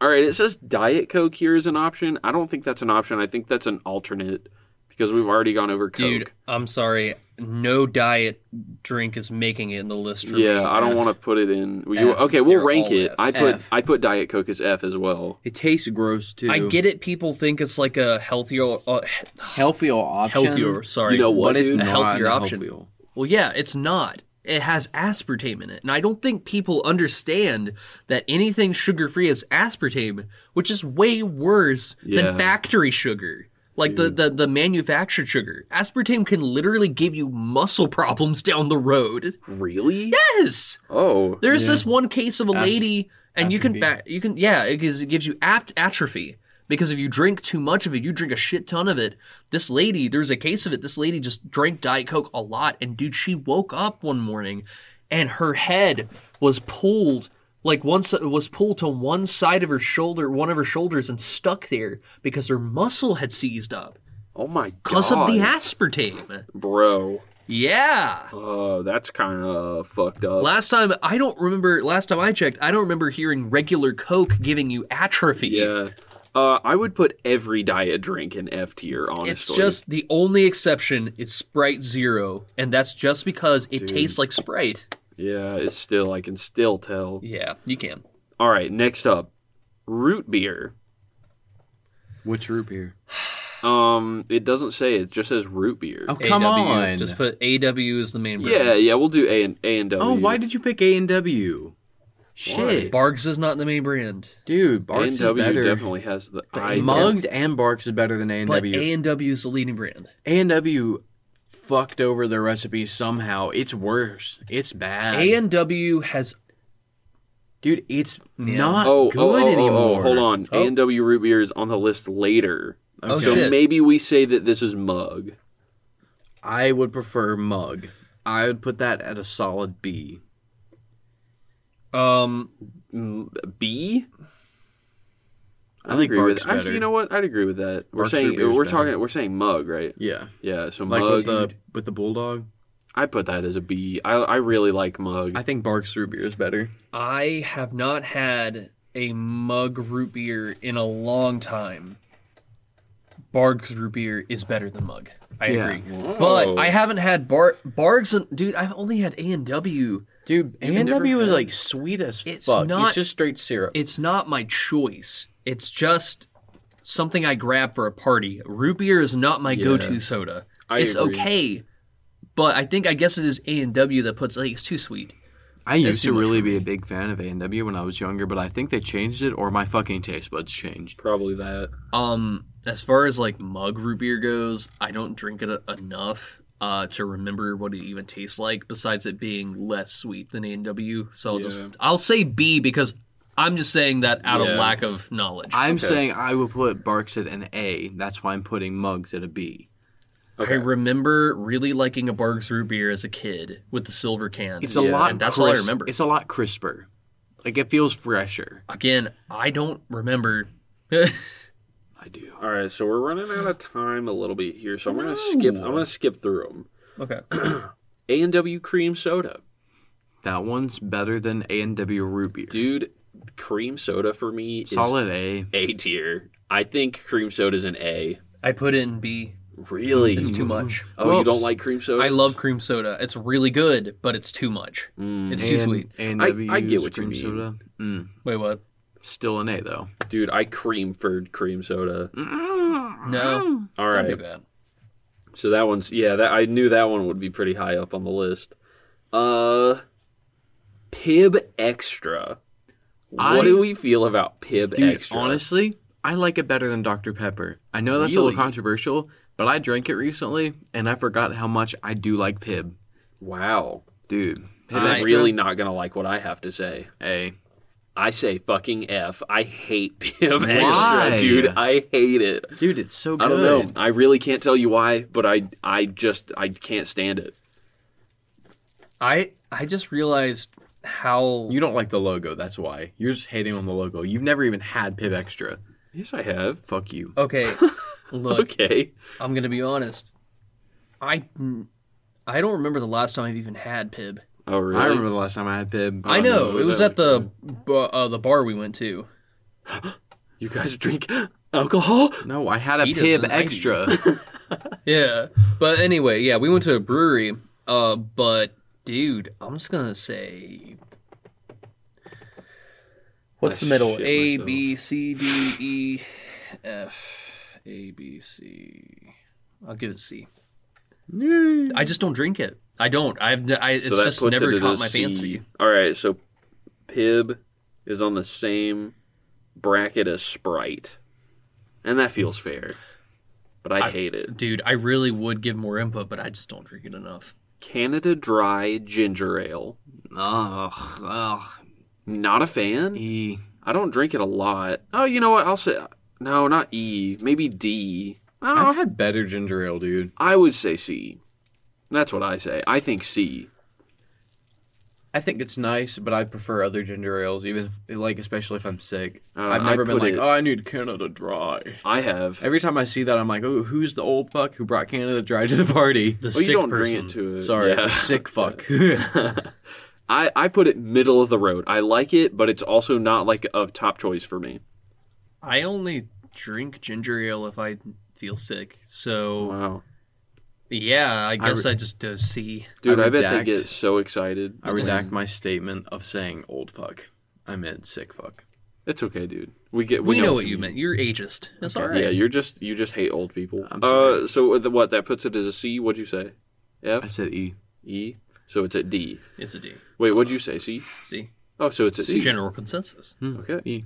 Speaker 1: All right, it says Diet Coke here is an option. I don't think that's an option. I think that's an alternate because we've already gone over Coke.
Speaker 2: Dude, I'm sorry. no diet drink is making it in the list for
Speaker 1: yeah,
Speaker 2: me.
Speaker 1: I don't
Speaker 4: F.
Speaker 1: want to put it in. You,
Speaker 4: F.
Speaker 1: okay, we'll
Speaker 4: They're
Speaker 1: rank
Speaker 4: all
Speaker 1: it.
Speaker 4: F.
Speaker 1: I put
Speaker 4: F.
Speaker 1: I put Diet Coke as F as well.
Speaker 4: It tastes gross too.
Speaker 2: I get it. People think it's like a healthier, uh,
Speaker 4: healthier option.
Speaker 2: healthier. Sorry,
Speaker 1: You know what?
Speaker 4: But it's
Speaker 1: dude?
Speaker 4: not
Speaker 2: A healthier
Speaker 4: a
Speaker 2: option.
Speaker 4: healthier-
Speaker 2: Well, yeah, it's not. It has aspartame in it. And I don't think people understand that anything sugar free is aspartame, which is way worse
Speaker 1: Yeah.
Speaker 2: than factory sugar. Like the, the, the manufactured sugar. Aspartame can literally give you muscle problems down the road.
Speaker 1: Really?
Speaker 2: Yes!
Speaker 1: Oh,
Speaker 2: There's this one case of a lady, and you can
Speaker 4: atrophy.
Speaker 2: back, you can yeah, it gives, it gives you apt atrophy because if you drink too much of it, you drink a shit ton of it. This lady, there's a case of it. This lady just drank Diet Coke a lot, and dude, she woke up one morning, and her head was pulled. Like once was pulled to one side of her shoulder, one of her shoulders, and stuck there because her muscle had seized up
Speaker 1: oh my god,
Speaker 2: because of the aspartame.
Speaker 1: bro.
Speaker 2: Yeah.
Speaker 1: Uh, that's kind of fucked up.
Speaker 2: Last time, I don't remember. Last time I checked, I don't remember hearing regular Coke giving you atrophy.
Speaker 1: yeah. Uh, I would put every diet drink in F tier. Honestly,
Speaker 2: It's just the only exception is Sprite Zero, and that's just because it tastes like Sprite.
Speaker 1: yeah. It's still I can still tell.
Speaker 2: Yeah, you can.
Speaker 1: All right, next up, root beer.
Speaker 4: Which root beer?
Speaker 1: Um, it doesn't say it just says root beer.
Speaker 4: Oh come
Speaker 2: AW,
Speaker 4: on!
Speaker 2: Just put AW is the main brand.
Speaker 1: Yeah, yeah, we'll do A and A and W.
Speaker 4: oh, why did you pick A and W? Shit,
Speaker 2: Bargs is not the main brand,
Speaker 4: dude,
Speaker 1: A and
Speaker 4: Barks is
Speaker 1: W
Speaker 4: better.
Speaker 1: definitely has the I
Speaker 4: Mugs and Barks is better than A and
Speaker 2: but
Speaker 4: W.
Speaker 2: A and W is the leading brand.
Speaker 4: A and W fucked over the recipe somehow. It's worse. It's bad,
Speaker 2: A and W has
Speaker 4: dude. It's not
Speaker 1: Oh,
Speaker 4: good
Speaker 1: oh, oh, oh,
Speaker 4: anymore.
Speaker 1: oh, hold on. A and W root beer is on the list later.
Speaker 2: Oh,
Speaker 1: so
Speaker 2: shit.
Speaker 1: maybe we say that this is mug.
Speaker 4: I would prefer mug. I would put that at a solid B.
Speaker 2: um
Speaker 1: M- B?
Speaker 4: I
Speaker 1: I'd
Speaker 4: think
Speaker 1: agree with
Speaker 4: Barks better.
Speaker 1: Actually, you know what? I'd agree with that. We're
Speaker 4: Barks root
Speaker 1: saying
Speaker 4: beer is
Speaker 1: we're
Speaker 4: better.
Speaker 1: talking we're saying mug, right?
Speaker 4: Yeah,
Speaker 1: Yeah, so
Speaker 4: like
Speaker 1: mug
Speaker 4: with the with the bulldog.
Speaker 1: I put that as a B. I I really like mug.
Speaker 4: I think Barks root beer is better.
Speaker 2: I have not had a mug root beer in a long time. Barg's root beer is better than mug. I
Speaker 4: Yeah.
Speaker 2: agree. But
Speaker 1: Whoa.
Speaker 2: I haven't had Bar Barg's and dude, I've only had A and W.
Speaker 4: Dude, A and W
Speaker 1: never
Speaker 4: is
Speaker 1: had-
Speaker 4: like sweet as
Speaker 2: It's
Speaker 4: fuck.
Speaker 2: not-
Speaker 4: it's just straight syrup.
Speaker 2: It's not my choice. It's just something I grab for a party. Root beer is not my go-to soda.
Speaker 1: I
Speaker 2: it's
Speaker 1: agree.
Speaker 2: okay, but I think I guess it is A and W that puts like it's too sweet.
Speaker 4: I used
Speaker 2: too
Speaker 4: to
Speaker 2: much
Speaker 4: really be a big fan of A and W when I was younger, but I think they changed it, or my fucking taste buds changed.
Speaker 1: Probably that.
Speaker 2: Um, as far as like mug root beer goes, I don't drink it e-, enough uh, to remember what it even tastes like. Besides it being less sweet than A and W, so I'll just
Speaker 1: Yeah.
Speaker 2: I'll say B because I'm just saying that out of
Speaker 1: Yeah.
Speaker 2: lack of knowledge.
Speaker 4: I'm saying I would put Barks at an A. That's why I'm putting Mugs at a B.
Speaker 1: Okay.
Speaker 2: I remember really liking a Barg's root beer as a kid with the silver can.
Speaker 4: It's a lot.
Speaker 2: And that's all I
Speaker 4: crisp,
Speaker 2: remember.
Speaker 4: It's a lot crisper. Like it feels fresher.
Speaker 2: Again, I don't remember.
Speaker 4: I do.
Speaker 1: All right, so we're running out of time a little bit here, so I'm gonna skip. I'm gonna skip through them.
Speaker 2: okay.
Speaker 1: A and W cream soda,
Speaker 4: That one's better than A and W root beer.
Speaker 1: dude. Cream soda for me is
Speaker 4: Solid A.
Speaker 1: A tier. I think cream soda's an A.
Speaker 2: I put it in B.
Speaker 1: Really?
Speaker 2: It's too much.
Speaker 1: Oh, you don't like cream soda?
Speaker 2: I love cream soda. It's really good, but it's too much.
Speaker 1: Mm.
Speaker 2: It's too sweet.
Speaker 4: A and
Speaker 1: I-
Speaker 4: W
Speaker 1: I get what you
Speaker 4: cream
Speaker 1: mean.
Speaker 4: soda. Mm,
Speaker 2: Wait, what?
Speaker 4: still an A though.
Speaker 1: dude. I creamford cream soda.
Speaker 2: No.
Speaker 1: All
Speaker 2: Don't do
Speaker 1: right,
Speaker 2: that.
Speaker 1: so that one's yeah. That I knew that one would be pretty high up on the list. Uh, Pib Extra.
Speaker 4: I-
Speaker 1: what do we feel about Pib
Speaker 4: Dude,
Speaker 1: Extra?
Speaker 4: honestly, I like it better than Dr. Pepper. I know that's a
Speaker 1: Really?
Speaker 4: little controversial, but I drank it recently and I forgot how much I do like Pib.
Speaker 1: wow.
Speaker 4: Dude, Pib
Speaker 1: I'm
Speaker 4: Extra,
Speaker 1: really not gonna like what I have to say.
Speaker 4: A.
Speaker 1: I say fucking F. I hate Pim
Speaker 4: Why?
Speaker 1: Extra, dude. I hate it.
Speaker 4: Dude, it's so good.
Speaker 1: I don't know. I really can't tell you why, but I I just I can't stand it.
Speaker 2: I I just realized how
Speaker 4: You don't like the logo, that's why. You're just hating on the logo. You've never even had Pib Extra.
Speaker 1: Yes, I have.
Speaker 4: Fuck you.
Speaker 2: Okay. Look,
Speaker 1: Okay.
Speaker 2: I'm going to be honest. I I don't remember the last time I've even had Pib.
Speaker 1: Oh really?
Speaker 4: I remember the last time I had Pib. Oh,
Speaker 2: I know.
Speaker 1: no,
Speaker 2: It
Speaker 1: is
Speaker 2: was
Speaker 1: that
Speaker 2: at the bu- uh, the bar we went to.
Speaker 1: You guys drink
Speaker 2: Alcohol?
Speaker 4: No, I had a
Speaker 2: He
Speaker 4: pib
Speaker 2: doesn't, I do.
Speaker 4: extra.
Speaker 2: Yeah. But anyway, yeah, we went to a brewery. Uh, but dude, I'm just gonna say, what's
Speaker 1: I
Speaker 2: the middle?
Speaker 1: shit
Speaker 2: A
Speaker 1: myself.
Speaker 2: B C D E F A B C. I'll give it a C. I just don't drink it. I don't. I've. n- I, it's
Speaker 1: so that
Speaker 2: just
Speaker 1: puts it
Speaker 2: never
Speaker 1: at
Speaker 2: caught
Speaker 1: a
Speaker 2: my
Speaker 1: C.
Speaker 2: fancy.
Speaker 1: All right, so Pib is on the same bracket as Sprite, and that feels fair. But I, hate it.
Speaker 2: Dude, I really would give more input, but I just don't drink it enough.
Speaker 1: Canada Dry Ginger Ale.
Speaker 4: Ugh, ugh.
Speaker 1: Not a fan.
Speaker 4: E.
Speaker 1: I don't drink it a lot. Oh, you know what? I'll say no, not E. Maybe D.
Speaker 4: I
Speaker 1: Oh,
Speaker 4: had better ginger ale, dude.
Speaker 1: I would say C. That's what I say. I think C.
Speaker 4: I think it's nice, but I prefer other ginger ales, even if, like especially if I'm sick.
Speaker 1: Uh,
Speaker 4: I've never
Speaker 1: I
Speaker 4: been
Speaker 1: put
Speaker 4: like,
Speaker 1: it-
Speaker 4: oh, I need Canada Dry.
Speaker 1: I have.
Speaker 4: Every time I see that, I'm like, oh, who's the old fuck who brought Canada Dry to the party?
Speaker 2: The
Speaker 1: well,
Speaker 2: sick
Speaker 1: you don't
Speaker 2: person.
Speaker 1: drink it to a
Speaker 4: Sorry,
Speaker 1: yeah.
Speaker 4: sick fuck.
Speaker 1: I, I put it middle of the road. I like it, but it's also not like a top choice for me.
Speaker 2: I only drink ginger ale if I feel sick. So
Speaker 1: Wow.
Speaker 2: yeah, I guess I,
Speaker 4: re-
Speaker 2: just do C.
Speaker 1: Dude, I, bet they
Speaker 4: redact.
Speaker 1: get so excited.
Speaker 4: I redact my statement of saying old fuck. I meant sick fuck.
Speaker 1: It's okay, dude. We get
Speaker 2: We, know, what you meant. You're ageist. That's all right.
Speaker 1: Yeah, you're just you just hate old people.
Speaker 4: I'm
Speaker 1: Uh, so with the- what that puts it as a C? What'd you say?
Speaker 4: I
Speaker 1: F
Speaker 4: said E.
Speaker 1: E. So it's at D.
Speaker 2: It's a D.
Speaker 1: Wait, what'd you say? C.
Speaker 2: C.
Speaker 1: Oh, so it's at C. Hmm.
Speaker 2: General consensus.
Speaker 1: Okay.
Speaker 4: E.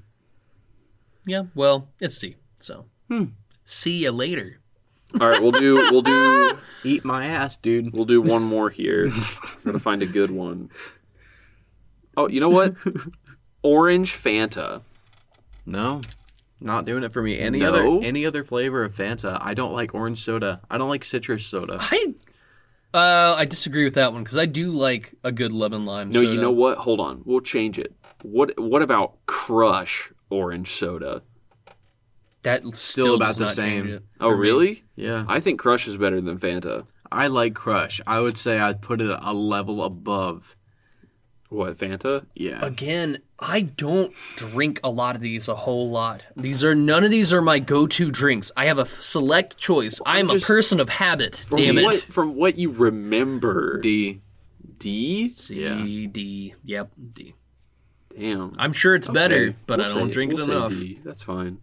Speaker 2: Yeah. Well, it's C. So see you later.
Speaker 1: All right, we'll do we'll do
Speaker 4: Eat my ass, dude.
Speaker 1: we'll do one more here. I'm gonna find a good one. Oh, you know what? Orange Fanta.
Speaker 4: No, not doing it for me. Any
Speaker 1: No?
Speaker 4: other any other flavor of Fanta? I don't like orange soda. I don't like citrus soda.
Speaker 2: I. Uh, I disagree with that one because I do like a good lemon lime.
Speaker 1: No,
Speaker 2: soda.
Speaker 1: you know what? Hold on. We'll change it. What what about crush orange soda?
Speaker 2: that still, does
Speaker 4: about the
Speaker 2: not change
Speaker 4: same.
Speaker 2: it
Speaker 1: Oh,
Speaker 2: for me.
Speaker 1: really?
Speaker 4: Yeah,
Speaker 1: I think crush is better than Fanta.
Speaker 4: I like Crush. I would say I'd put it a level above.
Speaker 1: What, Fanta?
Speaker 4: Yeah,
Speaker 2: Again, I don't drink a lot of these a whole lot. These are none of these are my go-to drinks. I have a f- select choice. I'm
Speaker 1: just-
Speaker 2: a person of habit.
Speaker 1: From
Speaker 2: damn
Speaker 1: what
Speaker 2: it.
Speaker 1: from what you remember.
Speaker 4: D.
Speaker 1: D?
Speaker 2: C D. Yep, D.
Speaker 1: Damn.
Speaker 2: I'm sure it's better,
Speaker 1: Okay,
Speaker 2: but
Speaker 1: we'll
Speaker 2: I don't
Speaker 1: say-
Speaker 2: drink
Speaker 1: we'll
Speaker 2: it
Speaker 1: say
Speaker 2: enough.
Speaker 1: D. That's fine.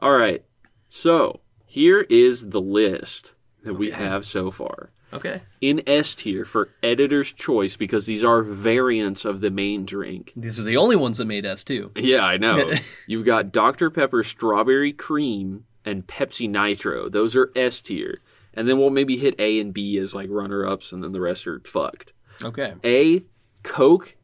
Speaker 1: All right. So, here is the list that we have so far.
Speaker 2: Okay.
Speaker 1: In S tier for editor's choice because these are variants of the main drink.
Speaker 2: These are the only ones that made S too.
Speaker 1: Yeah, I know. You've got Dr. Pepper Strawberry Cream and Pepsi Nitro. Those are S tier. And then we'll maybe hit A and B as like runner ups, and then the rest are fucked.
Speaker 2: Okay.
Speaker 1: A, Coke,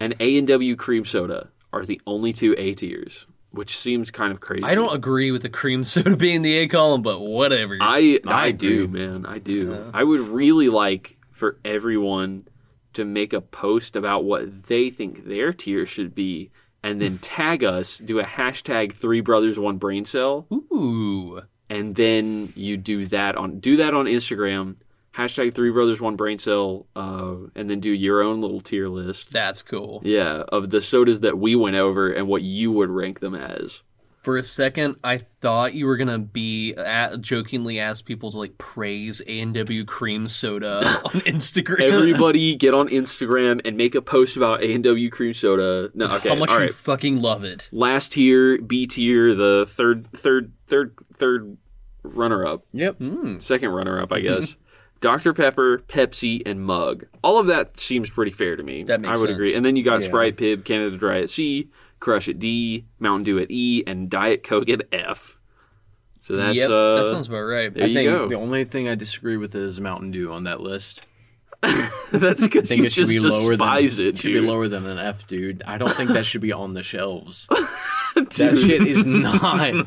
Speaker 1: and A and W Cream Soda are the only two A tiers, which seems kind of crazy.
Speaker 2: I don't agree with the cream soda being the A column, but whatever.
Speaker 1: I I,
Speaker 4: I
Speaker 1: do,
Speaker 4: agree.
Speaker 1: man. I do. I would really like for everyone to make a post about what they think their tier should be, and then tag us. Do a hashtag Three Brothers One Brain Cell,
Speaker 2: Ooh.
Speaker 1: and then you do that on do that on Instagram. Hashtag Three Brothers One Brain Cell, uh, and then do your own little tier list.
Speaker 2: That's cool.
Speaker 1: Yeah, of the sodas that we went over and what you would rank them as.
Speaker 2: For a second, I thought you were gonna be a jokingly ask people to like praise A and W cream soda on Instagram.
Speaker 1: Everybody get on Instagram and make a post about A and W cream soda. No, okay,
Speaker 2: How much
Speaker 1: all
Speaker 2: you
Speaker 1: right.
Speaker 2: fucking love it.
Speaker 1: last tier, B tier, the third, third, third, third runner up,
Speaker 4: Yep.
Speaker 2: Hmm,
Speaker 1: second runner
Speaker 4: Mhm.
Speaker 1: up, I guess. Dr. Pepper, Pepsi, and Mug. All of that seems pretty fair to me.
Speaker 2: That makes
Speaker 1: I would
Speaker 2: sense.
Speaker 1: agree. And then you got Sprite, Pib, Canada Dry at C, Crush at D, Mountain Dew at E, and Diet Coke at F. So that's
Speaker 2: yep,
Speaker 1: uh,
Speaker 2: that sounds about right.
Speaker 1: there
Speaker 4: I
Speaker 1: you
Speaker 4: think
Speaker 1: go.
Speaker 4: the only thing I disagree with is Mountain Dew on that list.
Speaker 1: that's
Speaker 4: I
Speaker 1: because
Speaker 4: think
Speaker 1: you
Speaker 4: it should
Speaker 1: just
Speaker 4: be lower than
Speaker 1: despise it.
Speaker 4: should be
Speaker 1: dude.
Speaker 4: lower than an F, dude. I don't think that should be on the shelves. that
Speaker 1: Dude.
Speaker 4: shit is not.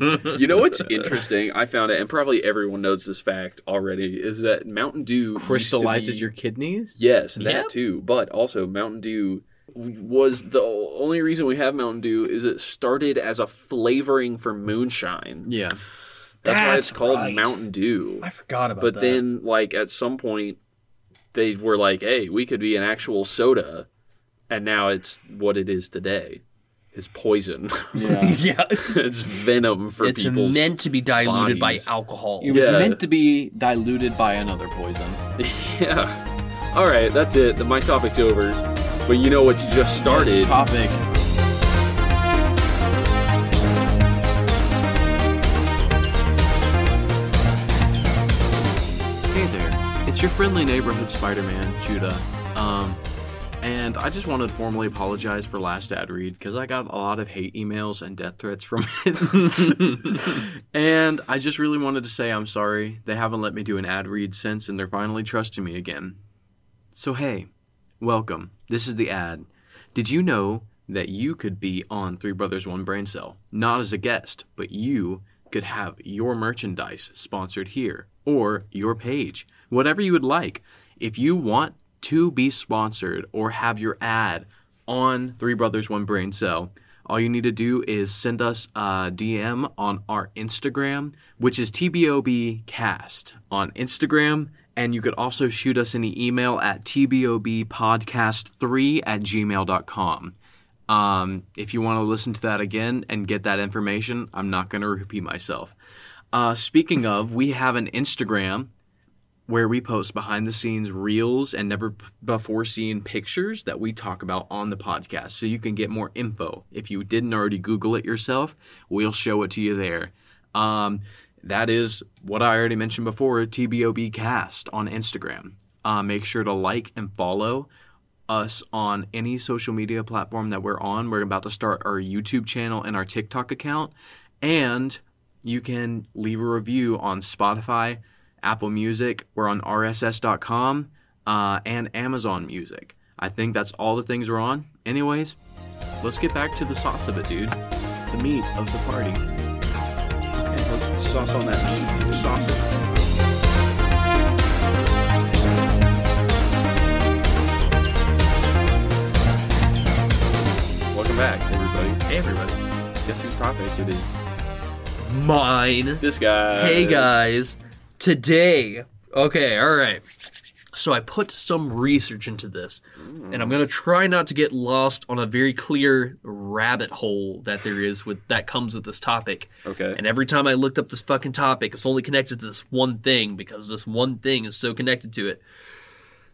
Speaker 1: You know what's interesting? I found it, and probably everyone knows this fact already, is that Mountain Dew used to
Speaker 4: crystallizes
Speaker 1: be-
Speaker 4: your kidneys.
Speaker 1: Yes, that
Speaker 2: Yep.
Speaker 1: too. But also, Mountain Dew was the only reason we have Mountain Dew is it started as a flavoring for moonshine.
Speaker 4: Yeah,
Speaker 1: That's, why
Speaker 2: That's
Speaker 1: it's called
Speaker 2: right.
Speaker 1: Mountain Dew.
Speaker 2: I forgot about
Speaker 1: But
Speaker 2: that.
Speaker 1: then, like at some point, they were like, "Hey, we could be an actual soda," and now it's what it is today. is poison.
Speaker 4: Yeah.
Speaker 2: yeah.
Speaker 1: it's venom for
Speaker 2: It's
Speaker 1: people.
Speaker 2: meant to be diluted
Speaker 1: bodies.
Speaker 2: by alcohol.
Speaker 1: You- was Yeah. meant
Speaker 4: to be diluted by another poison.
Speaker 1: yeah. All right, that's it. My topic's over. But you know what you just started.
Speaker 4: topic. Hey there, it's your friendly neighborhood Spider-Man, Judah. Um, and I just wanted to formally apologize for last ad read because I got a lot of hate emails and death threats from it. and I just really wanted to say I'm sorry. They haven't let me do an ad read since, and they're finally trusting me again. So hey, welcome. This is the ad. Did you know that you could be on Three Brothers One Brain Cell? Not as a guest, but you could have your merchandise sponsored here or your page, whatever you would like. If you want to be sponsored or have your ad on Three Brothers One Brain Cell, all you need to do is send us a DM on our Instagram, which is TBOBcast on Instagram. And you could also shoot us an email at TBOBpodcast3 at gmail.com. Um, if you want to listen to that again and get that information, I'm not going to repeat myself. Uh, speaking of, we have an Instagram where we post behind the scenes reels and never p- before seen pictures that we talk about on the podcast. So you can get more info. If you didn't already Google it yourself, we'll show it to you there. Um, that is what I already mentioned before TBOB Cast on Instagram. Uh, make sure to like and follow us on any social media platform that we're on. We're about to start our YouTube channel and our TikTok account. And you can leave a review on Spotify, Apple Music, we're on RSS.com, uh, and Amazon Music. I think that's all the things we're on. Anyways, let's get back to the sauce of it, dude. The meat of the party.
Speaker 1: Let's sauce on that meat.
Speaker 4: Sauce it.
Speaker 1: Welcome back, everybody.
Speaker 2: Hey, everybody.
Speaker 1: Guess whose topic it is?
Speaker 2: Mine.
Speaker 1: This guy.
Speaker 2: Hey guys, today. Okay, all right. So I put some research into this, and I'm gonna try not to get lost on a very clear rabbit hole that there is with that comes with this topic.
Speaker 1: Okay.
Speaker 2: And every time I looked up this fucking topic, it's only connected to this one thing because this one thing is so connected to it.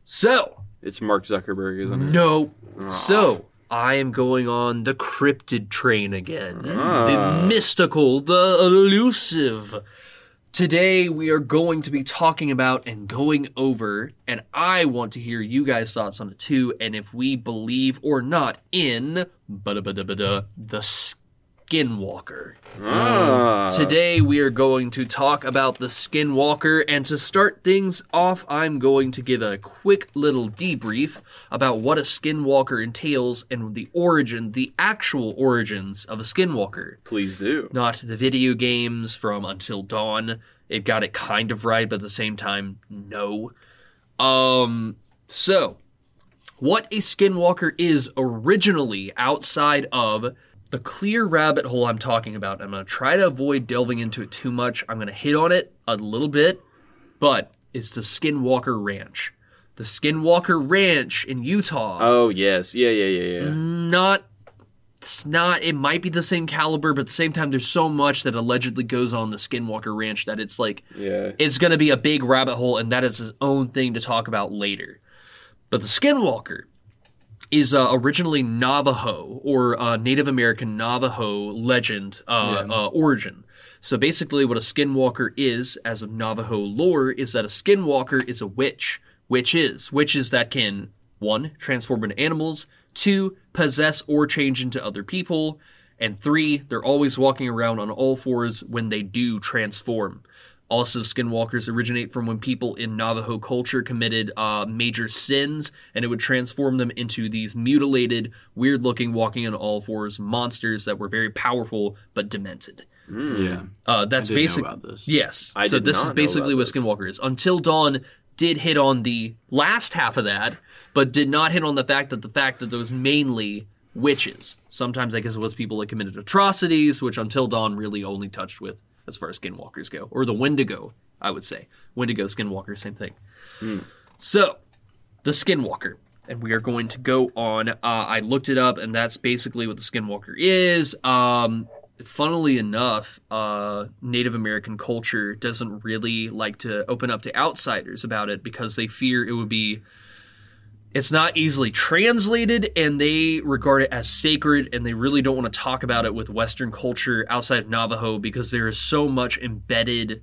Speaker 2: So
Speaker 1: It's Mark Zuckerberg, isn't it? Oh.
Speaker 2: no. So I am going on the cryptid train again.
Speaker 1: Ah.
Speaker 2: The mystical, the elusive. Today we are going to be talking about and going over, and I want to hear you guys' thoughts on it too, and if we believe or not in ba-da-ba-da-ba-da, the skinwalker.
Speaker 1: Ah.
Speaker 2: Today we are going to talk about the Skinwalker, and to start things off, I'm going to give a quick little debrief about what a Skinwalker entails and the origin, the actual origins of a Skinwalker.
Speaker 1: Please do.
Speaker 2: Not the video games from Until Dawn. It got it kind of right, but at the same time, no. Um, so, what a skinwalker is originally outside of the clear rabbit hole I'm talking about. I'm going to try to avoid delving into it too much. I'm going to hit on it a little bit, but it's the Skinwalker Ranch. The Skinwalker Ranch in Utah.
Speaker 1: Oh yes. Yeah. Yeah. Yeah. Yeah.
Speaker 2: Not. It's not. It might be the same caliber, but at the same time, there's so much that allegedly goes on the Skinwalker Ranch that it's like
Speaker 1: Yeah.
Speaker 2: it's going to be a big rabbit hole, and that is his own thing to talk about later. But the Skinwalker is uh, originally Navajo or uh, Native American Navajo legend uh, uh, origin. So basically, what a Skinwalker is, as of Navajo lore, is that a Skinwalker is a witch, witches, witches that can one transform into animals, two possess or change into other people, and three they're always walking around on all fours when they do transform. Also, skinwalkers originate from when people in Navajo culture committed uh, major sins, and it would transform them into these mutilated, weird looking, walking on all fours monsters that were very powerful but demented.
Speaker 4: Yeah.
Speaker 2: Uh, that's
Speaker 4: Didn't know
Speaker 2: basic.
Speaker 4: about this.
Speaker 2: Yes.
Speaker 1: I
Speaker 2: so
Speaker 1: did
Speaker 2: this
Speaker 1: not
Speaker 2: is
Speaker 1: know
Speaker 2: basically
Speaker 1: about
Speaker 2: what
Speaker 1: this.
Speaker 2: Skinwalker is. Until Dawn did hit on the last half of that, but did not hit on the fact that the fact that those mainly witches. Sometimes I guess it was people that committed atrocities, which Until Dawn really only touched with as far as Skinwalkers go, or the Wendigo,
Speaker 1: Hmm.
Speaker 2: I would say. Wendigo, Skinwalker, same thing. So, the Skinwalker. and we are going to go on. Uh, I looked it up, and that's basically what the Skinwalker is. Um, funnily enough, uh, Native American culture doesn't really like to open up to outsiders about it because they fear it would be. It's not easily translated, and they regard it as sacred, and they really don't want to talk about it with Western culture outside of Navajo because there is so much embedded.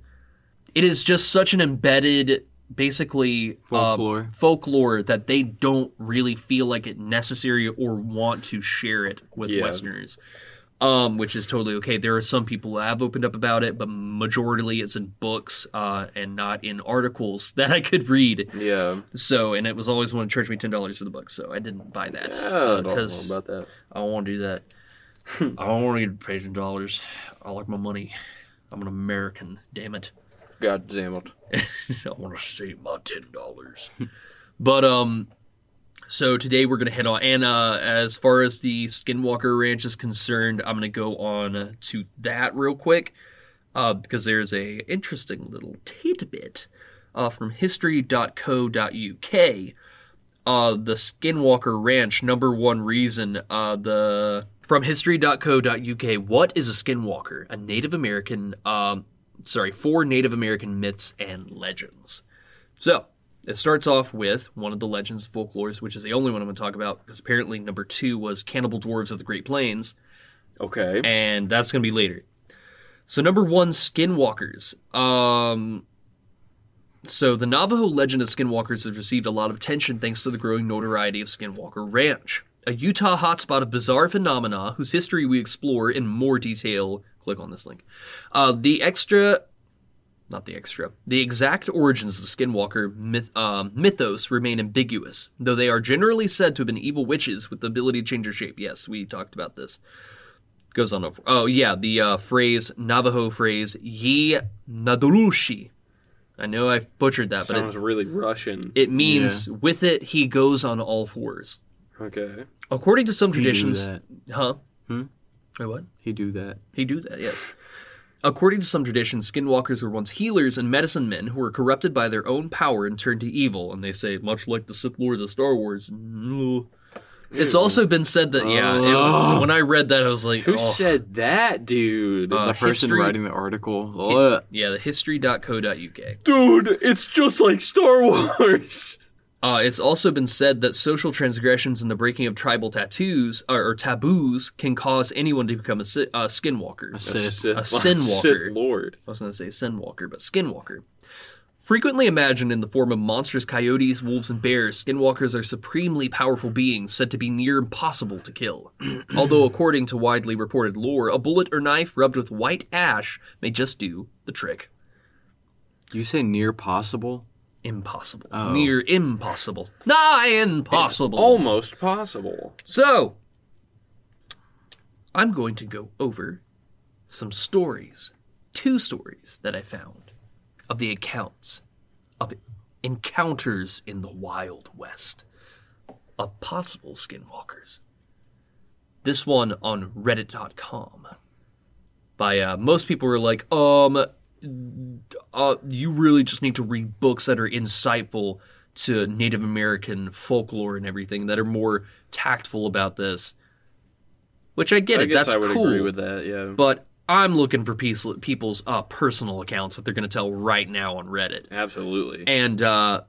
Speaker 2: It is just such an embedded, basically um,
Speaker 4: Folklore.
Speaker 2: folklore that they don't really feel like it necessary or want to share it with
Speaker 1: Yeah.
Speaker 2: Westerners, um, which is totally okay. There are some people that have opened up about it, but majority it's in books uh, and not in articles that I could read.
Speaker 1: Yeah.
Speaker 2: So, and it was always one to charge me ten dollars for the book, so I didn't buy that
Speaker 1: Yeah, I don't know
Speaker 2: because
Speaker 1: about that. Hmm.
Speaker 2: I don't want to do that. I don't want to get paid in dollars. I like my money. I'm an American, damn it.
Speaker 1: God damn it.
Speaker 2: I want to save my ten dollars. but um, so today we're gonna head on, and uh, as far as the Skinwalker Ranch is concerned, I'm gonna go on to that real quick, uh, because there's a interesting little tidbit, uh, from history.co.uk uh, the Skinwalker Ranch number one reason uh, the from history.co.uk what is a skinwalker a native american um, sorry four native american myths and legends so it starts off with one of the legends of folklores which is the only one i'm going to talk about because apparently number two was cannibal dwarves of the great plains
Speaker 1: Okay.
Speaker 2: and that's going to be later. So number one, skinwalkers. Um, so the Navajo legend of skinwalkers has received a lot of attention thanks to the growing notoriety of Skinwalker Ranch, a Utah hotspot of bizarre phenomena whose history we explore in more detail. Click on this link. Uh, the extra not the extra. The exact origins of the Skinwalker myth, um, mythos remain ambiguous, though they are generally said to have been evil witches with the ability to change their shape. Yes, we talked about this. Goes on over. Oh, yeah, the uh, phrase, Navajo phrase, ye nadurushi. I know I've butchered that, but
Speaker 1: Sounds
Speaker 2: it,
Speaker 1: really Russian.
Speaker 2: it means with it he goes on all fours.
Speaker 1: Okay.
Speaker 2: According to some
Speaker 4: He do
Speaker 2: traditions.
Speaker 4: that. Hmm?
Speaker 2: Huh? Wait, what?
Speaker 4: He do that.
Speaker 2: He do that, yes. According to some tradition, skinwalkers were once healers and medicine men who were corrupted by their own power and turned to evil. And they say, much like the Sith Lords of Star Wars, no. It's also been said that, yeah, it was,
Speaker 4: Oh.
Speaker 2: when I read that, I was like,
Speaker 1: Who
Speaker 2: oh.
Speaker 1: said that, dude?
Speaker 2: Uh,
Speaker 4: the person
Speaker 2: history-
Speaker 4: writing the article. Ugh.
Speaker 2: yeah, the history.co.uk.
Speaker 1: dude, it's just like Star Wars.
Speaker 2: Uh, it's also been said that social transgressions and the breaking of tribal tattoos or, or taboos can cause anyone to become a, si- a skinwalker.
Speaker 4: A Sith.
Speaker 2: A Sinwalker.
Speaker 1: Sith Lord.
Speaker 2: I was going to say Sinwalker, but Skinwalker. Frequently imagined in the form of monstrous coyotes, wolves, and bears, skinwalkers are supremely powerful beings said to be near impossible to kill. Although, according to widely reported lore, a bullet or knife rubbed with white ash may just do the trick.
Speaker 4: You say near possible?
Speaker 2: Impossible.
Speaker 4: Oh.
Speaker 2: Near impossible. Nigh impossible.
Speaker 1: Almost possible.
Speaker 2: So, I'm going to go over some stories, two stories that I found of the accounts of encounters in the Wild West of possible skinwalkers. This one on Reddit.com by uh, most people are like, um, uh, you really just need to read books that are insightful to Native American folklore and everything that are more tactful about this. Which I get
Speaker 1: I
Speaker 2: it.
Speaker 1: guess
Speaker 2: That's
Speaker 1: I would
Speaker 2: cool
Speaker 1: agree with that, yeah.
Speaker 2: but I'm looking for peace- people's uh, personal accounts that they're going to tell right now on Reddit.
Speaker 1: Absolutely.
Speaker 2: And uh,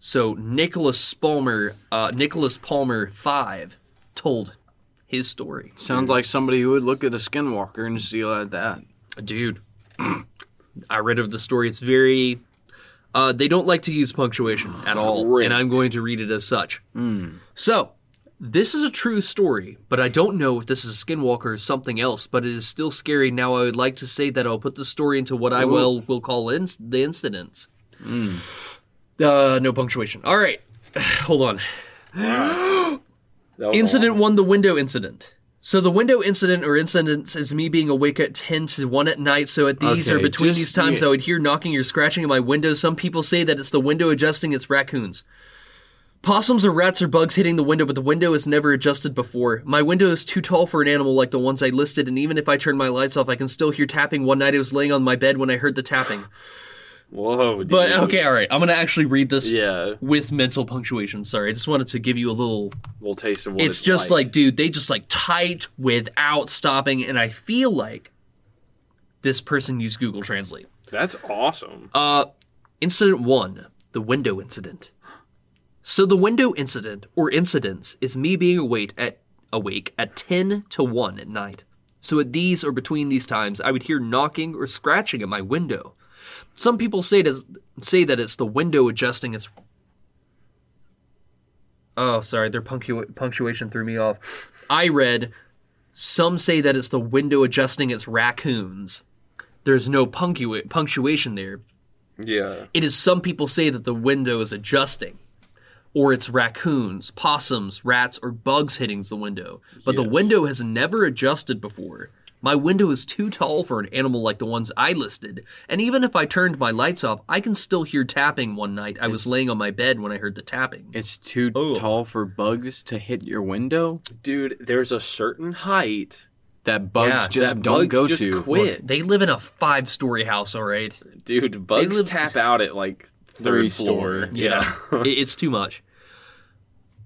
Speaker 2: so Nicholas Palmer, uh, Nicholas Palmer five, told his story.
Speaker 4: Sounds like somebody who would look at a skinwalker and see like that.
Speaker 2: Dude, I read of the story. It's very. Uh, they don't like to use punctuation at all,
Speaker 1: Great.
Speaker 2: and I'm going to read it as such. So, this is a true story, but I don't know if this is a skinwalker or something else. But it is still scary. Now, I would like to say that I'll put the story into what I will will call in, the incidents. Uh, no punctuation. All right, hold on.
Speaker 1: That was
Speaker 2: Incident one, the window incident. So the window incident or incidents is me being awake at ten to one at night. So at these
Speaker 4: Okay,
Speaker 2: or between
Speaker 4: just-
Speaker 2: these times,
Speaker 4: yeah.
Speaker 2: I would hear knocking or scratching at my window. Some people say that it's the window adjusting. It's raccoons. Possums or rats or bugs hitting the window, but the window is never adjusted before. My window is too tall for an animal like the ones I listed, and even if I turn my lights off, I can still hear tapping. One night I was laying on my bed when I heard the tapping.
Speaker 1: Whoa, dude.
Speaker 2: But okay, all right. I'm gonna actually read this
Speaker 1: Yeah,
Speaker 2: with mental punctuation. Sorry, I just wanted to give you a little.
Speaker 1: little taste of what it's,
Speaker 2: it's just like, dude, they just like typed without stopping, and I feel like this person used Google Translate.
Speaker 1: That's awesome.
Speaker 2: Uh, incident one, the window incident. So the window incident or incidents is me being awake at awake at ten to one at night. So at these or between these times, I would hear knocking or scratching at my window. Some people say it is, say that it's the window adjusting its. Oh, sorry, their punctua- punctuation threw me off. I read. Some say that it's the window adjusting its raccoons. There's no punctua- punctuation there,
Speaker 1: yeah,
Speaker 2: it is some people say that the window is adjusting, or it's raccoons, possums, rats, or bugs hitting the window. But the window has never adjusted before. My window is too tall for an animal like the ones I listed, and even if I turned my lights off, I can still hear tapping one night. I was laying on my bed when I heard the tapping.
Speaker 4: It's too tall for bugs to hit your window.
Speaker 1: dude. There's a certain height
Speaker 4: That bugs
Speaker 2: Yeah,
Speaker 4: just
Speaker 1: that
Speaker 4: don't
Speaker 1: bugs
Speaker 4: go
Speaker 1: just
Speaker 4: to.
Speaker 1: quit,
Speaker 2: They live in a five story house, all right?
Speaker 1: dude. Bugs
Speaker 2: live-
Speaker 1: tap out at like
Speaker 4: Three
Speaker 1: third floor.
Speaker 4: story.
Speaker 1: Yeah,
Speaker 2: It- it's too much.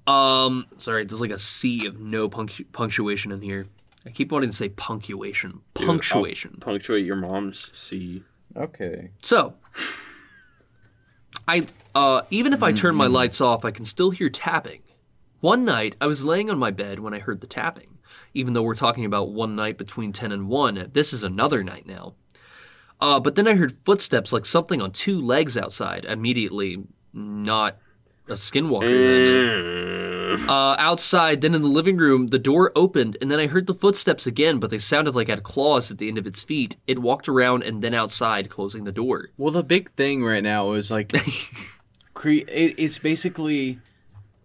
Speaker 2: Um, sorry, there's like a sea of no punctu- punctuation in here. I keep wanting to say punctuation, punctuation.
Speaker 1: punctuate your mom's C.
Speaker 4: Okay.
Speaker 2: So, I uh, even if I turn my lights off, I can still hear tapping. One night, I was laying on my bed when I heard the tapping. Even though we're talking about one night between ten and one, this is another night now. Uh, but then I heard footsteps like something on two legs outside. Immediately, not a skinwalker. Uh, outside, then in the living room, the door opened, and then I heard the footsteps again, but they sounded like it had claws at the end of its feet. It walked around and then outside, closing the door.
Speaker 4: Well, the big thing right now is like, cre- it, it's basically,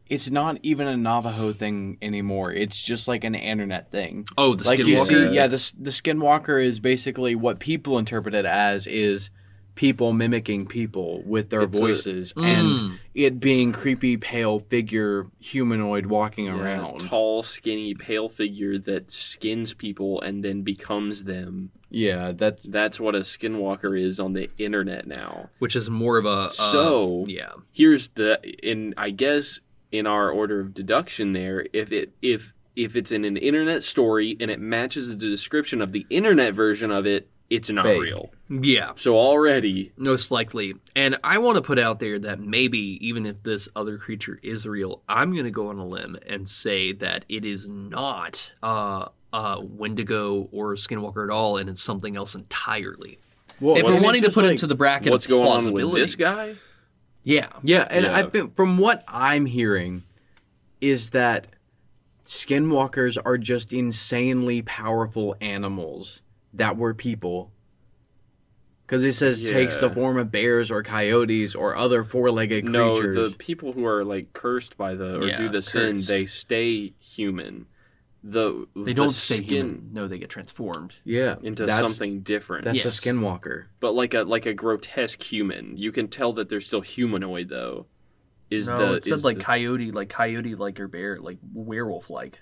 Speaker 4: it's not even a Navajo thing anymore. It's just like an internet thing.
Speaker 2: Oh, the
Speaker 4: like you
Speaker 2: skinwalker.
Speaker 4: see, yeah, the the skinwalker is basically what people interpret it as is people mimicking people with their
Speaker 1: a-
Speaker 4: voices
Speaker 2: Mm.
Speaker 4: and it being creepy pale figure humanoid walking around.
Speaker 1: Tall, skinny, pale figure that skins people and then becomes them.
Speaker 4: Yeah, that's
Speaker 1: That's what a skinwalker is on the internet now.
Speaker 2: which is more of a
Speaker 4: Uh-uh.
Speaker 2: uh,
Speaker 1: So-
Speaker 2: yeah.
Speaker 1: here's the in I guess in our order of deduction there if it if if it's in an internet story and it matches the description of the internet version of it it's not
Speaker 4: Fake.
Speaker 1: real
Speaker 2: Yeah,
Speaker 1: so already
Speaker 2: most likely. And I want to put out there that maybe even if this other creature is real, I'm going to go on a limb and say that it is not uh, uh, Wendigo or Skinwalker at all, and it's something else entirely.
Speaker 4: well,
Speaker 2: if
Speaker 4: it's
Speaker 2: we're wanting to
Speaker 4: just
Speaker 2: put it
Speaker 4: like-
Speaker 2: into the bracket
Speaker 1: what's
Speaker 2: of
Speaker 1: going on
Speaker 2: plausibility,
Speaker 1: with this guy
Speaker 2: yeah,
Speaker 4: Yeah, and I
Speaker 1: Yeah.
Speaker 4: think from what I'm hearing is that skinwalkers are just insanely powerful animals that were people. Because it says takes the
Speaker 1: Yeah.
Speaker 4: form of bears or coyotes or other four-legged
Speaker 1: no
Speaker 4: creatures.
Speaker 1: the people who are like cursed by the or
Speaker 2: Yeah,
Speaker 1: do the sin
Speaker 2: cursed.
Speaker 1: they stay human the
Speaker 2: they don't stay human. No, they get transformed.
Speaker 4: yeah,
Speaker 1: into
Speaker 4: that's,
Speaker 1: something different
Speaker 4: That's a
Speaker 2: Yes.
Speaker 4: skinwalker.
Speaker 1: but like a like a grotesque human you can tell that they're still humanoid though is
Speaker 2: No,
Speaker 1: the
Speaker 2: it said
Speaker 1: is
Speaker 2: like
Speaker 1: the-
Speaker 2: coyote, like coyote, like or bear, like werewolf, like.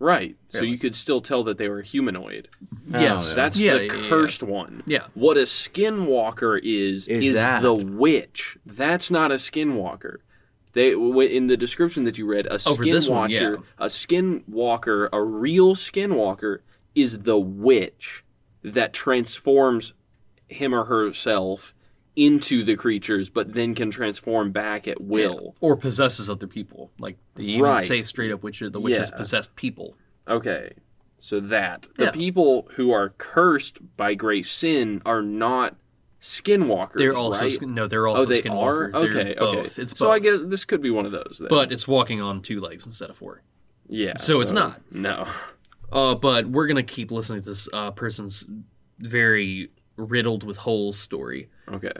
Speaker 1: Right. So
Speaker 2: Really.
Speaker 1: you could still tell that they were humanoid.
Speaker 2: Yes,
Speaker 4: yeah.
Speaker 1: That's
Speaker 2: Oh, Yeah,
Speaker 1: the
Speaker 2: yeah, yeah.
Speaker 1: cursed one.
Speaker 2: Yeah.
Speaker 1: What a skinwalker is
Speaker 4: Is
Speaker 1: is,
Speaker 4: that.
Speaker 1: the witch. That's not a skinwalker. They w- in the description that you read, a
Speaker 2: Oh, for this
Speaker 1: skinwalker,
Speaker 2: one, yeah.
Speaker 1: a skinwalker, a real skinwalker is the witch that transforms him or herself into the creatures, but then can transform back at will.
Speaker 2: or possesses other people. Like they even
Speaker 1: Right.
Speaker 2: say straight up, which the witch has
Speaker 1: Yeah.
Speaker 2: possessed people.
Speaker 1: Okay. So that the
Speaker 2: Yeah.
Speaker 1: people who are cursed by great sin are not skinwalkers.
Speaker 2: They're also
Speaker 1: right?
Speaker 2: skin- no, they're also
Speaker 1: oh, they
Speaker 2: skinwalker.
Speaker 1: are.
Speaker 2: They're
Speaker 1: Okay, okay.
Speaker 2: both. It's
Speaker 1: so I
Speaker 2: both.
Speaker 1: guess this could be one of those. Then.
Speaker 2: but it's walking on two legs instead of four.
Speaker 1: yeah,
Speaker 2: so it's not.
Speaker 1: No,
Speaker 2: Uh, but we're gonna keep listening to this uh, person's very riddled with holes story.
Speaker 1: okay.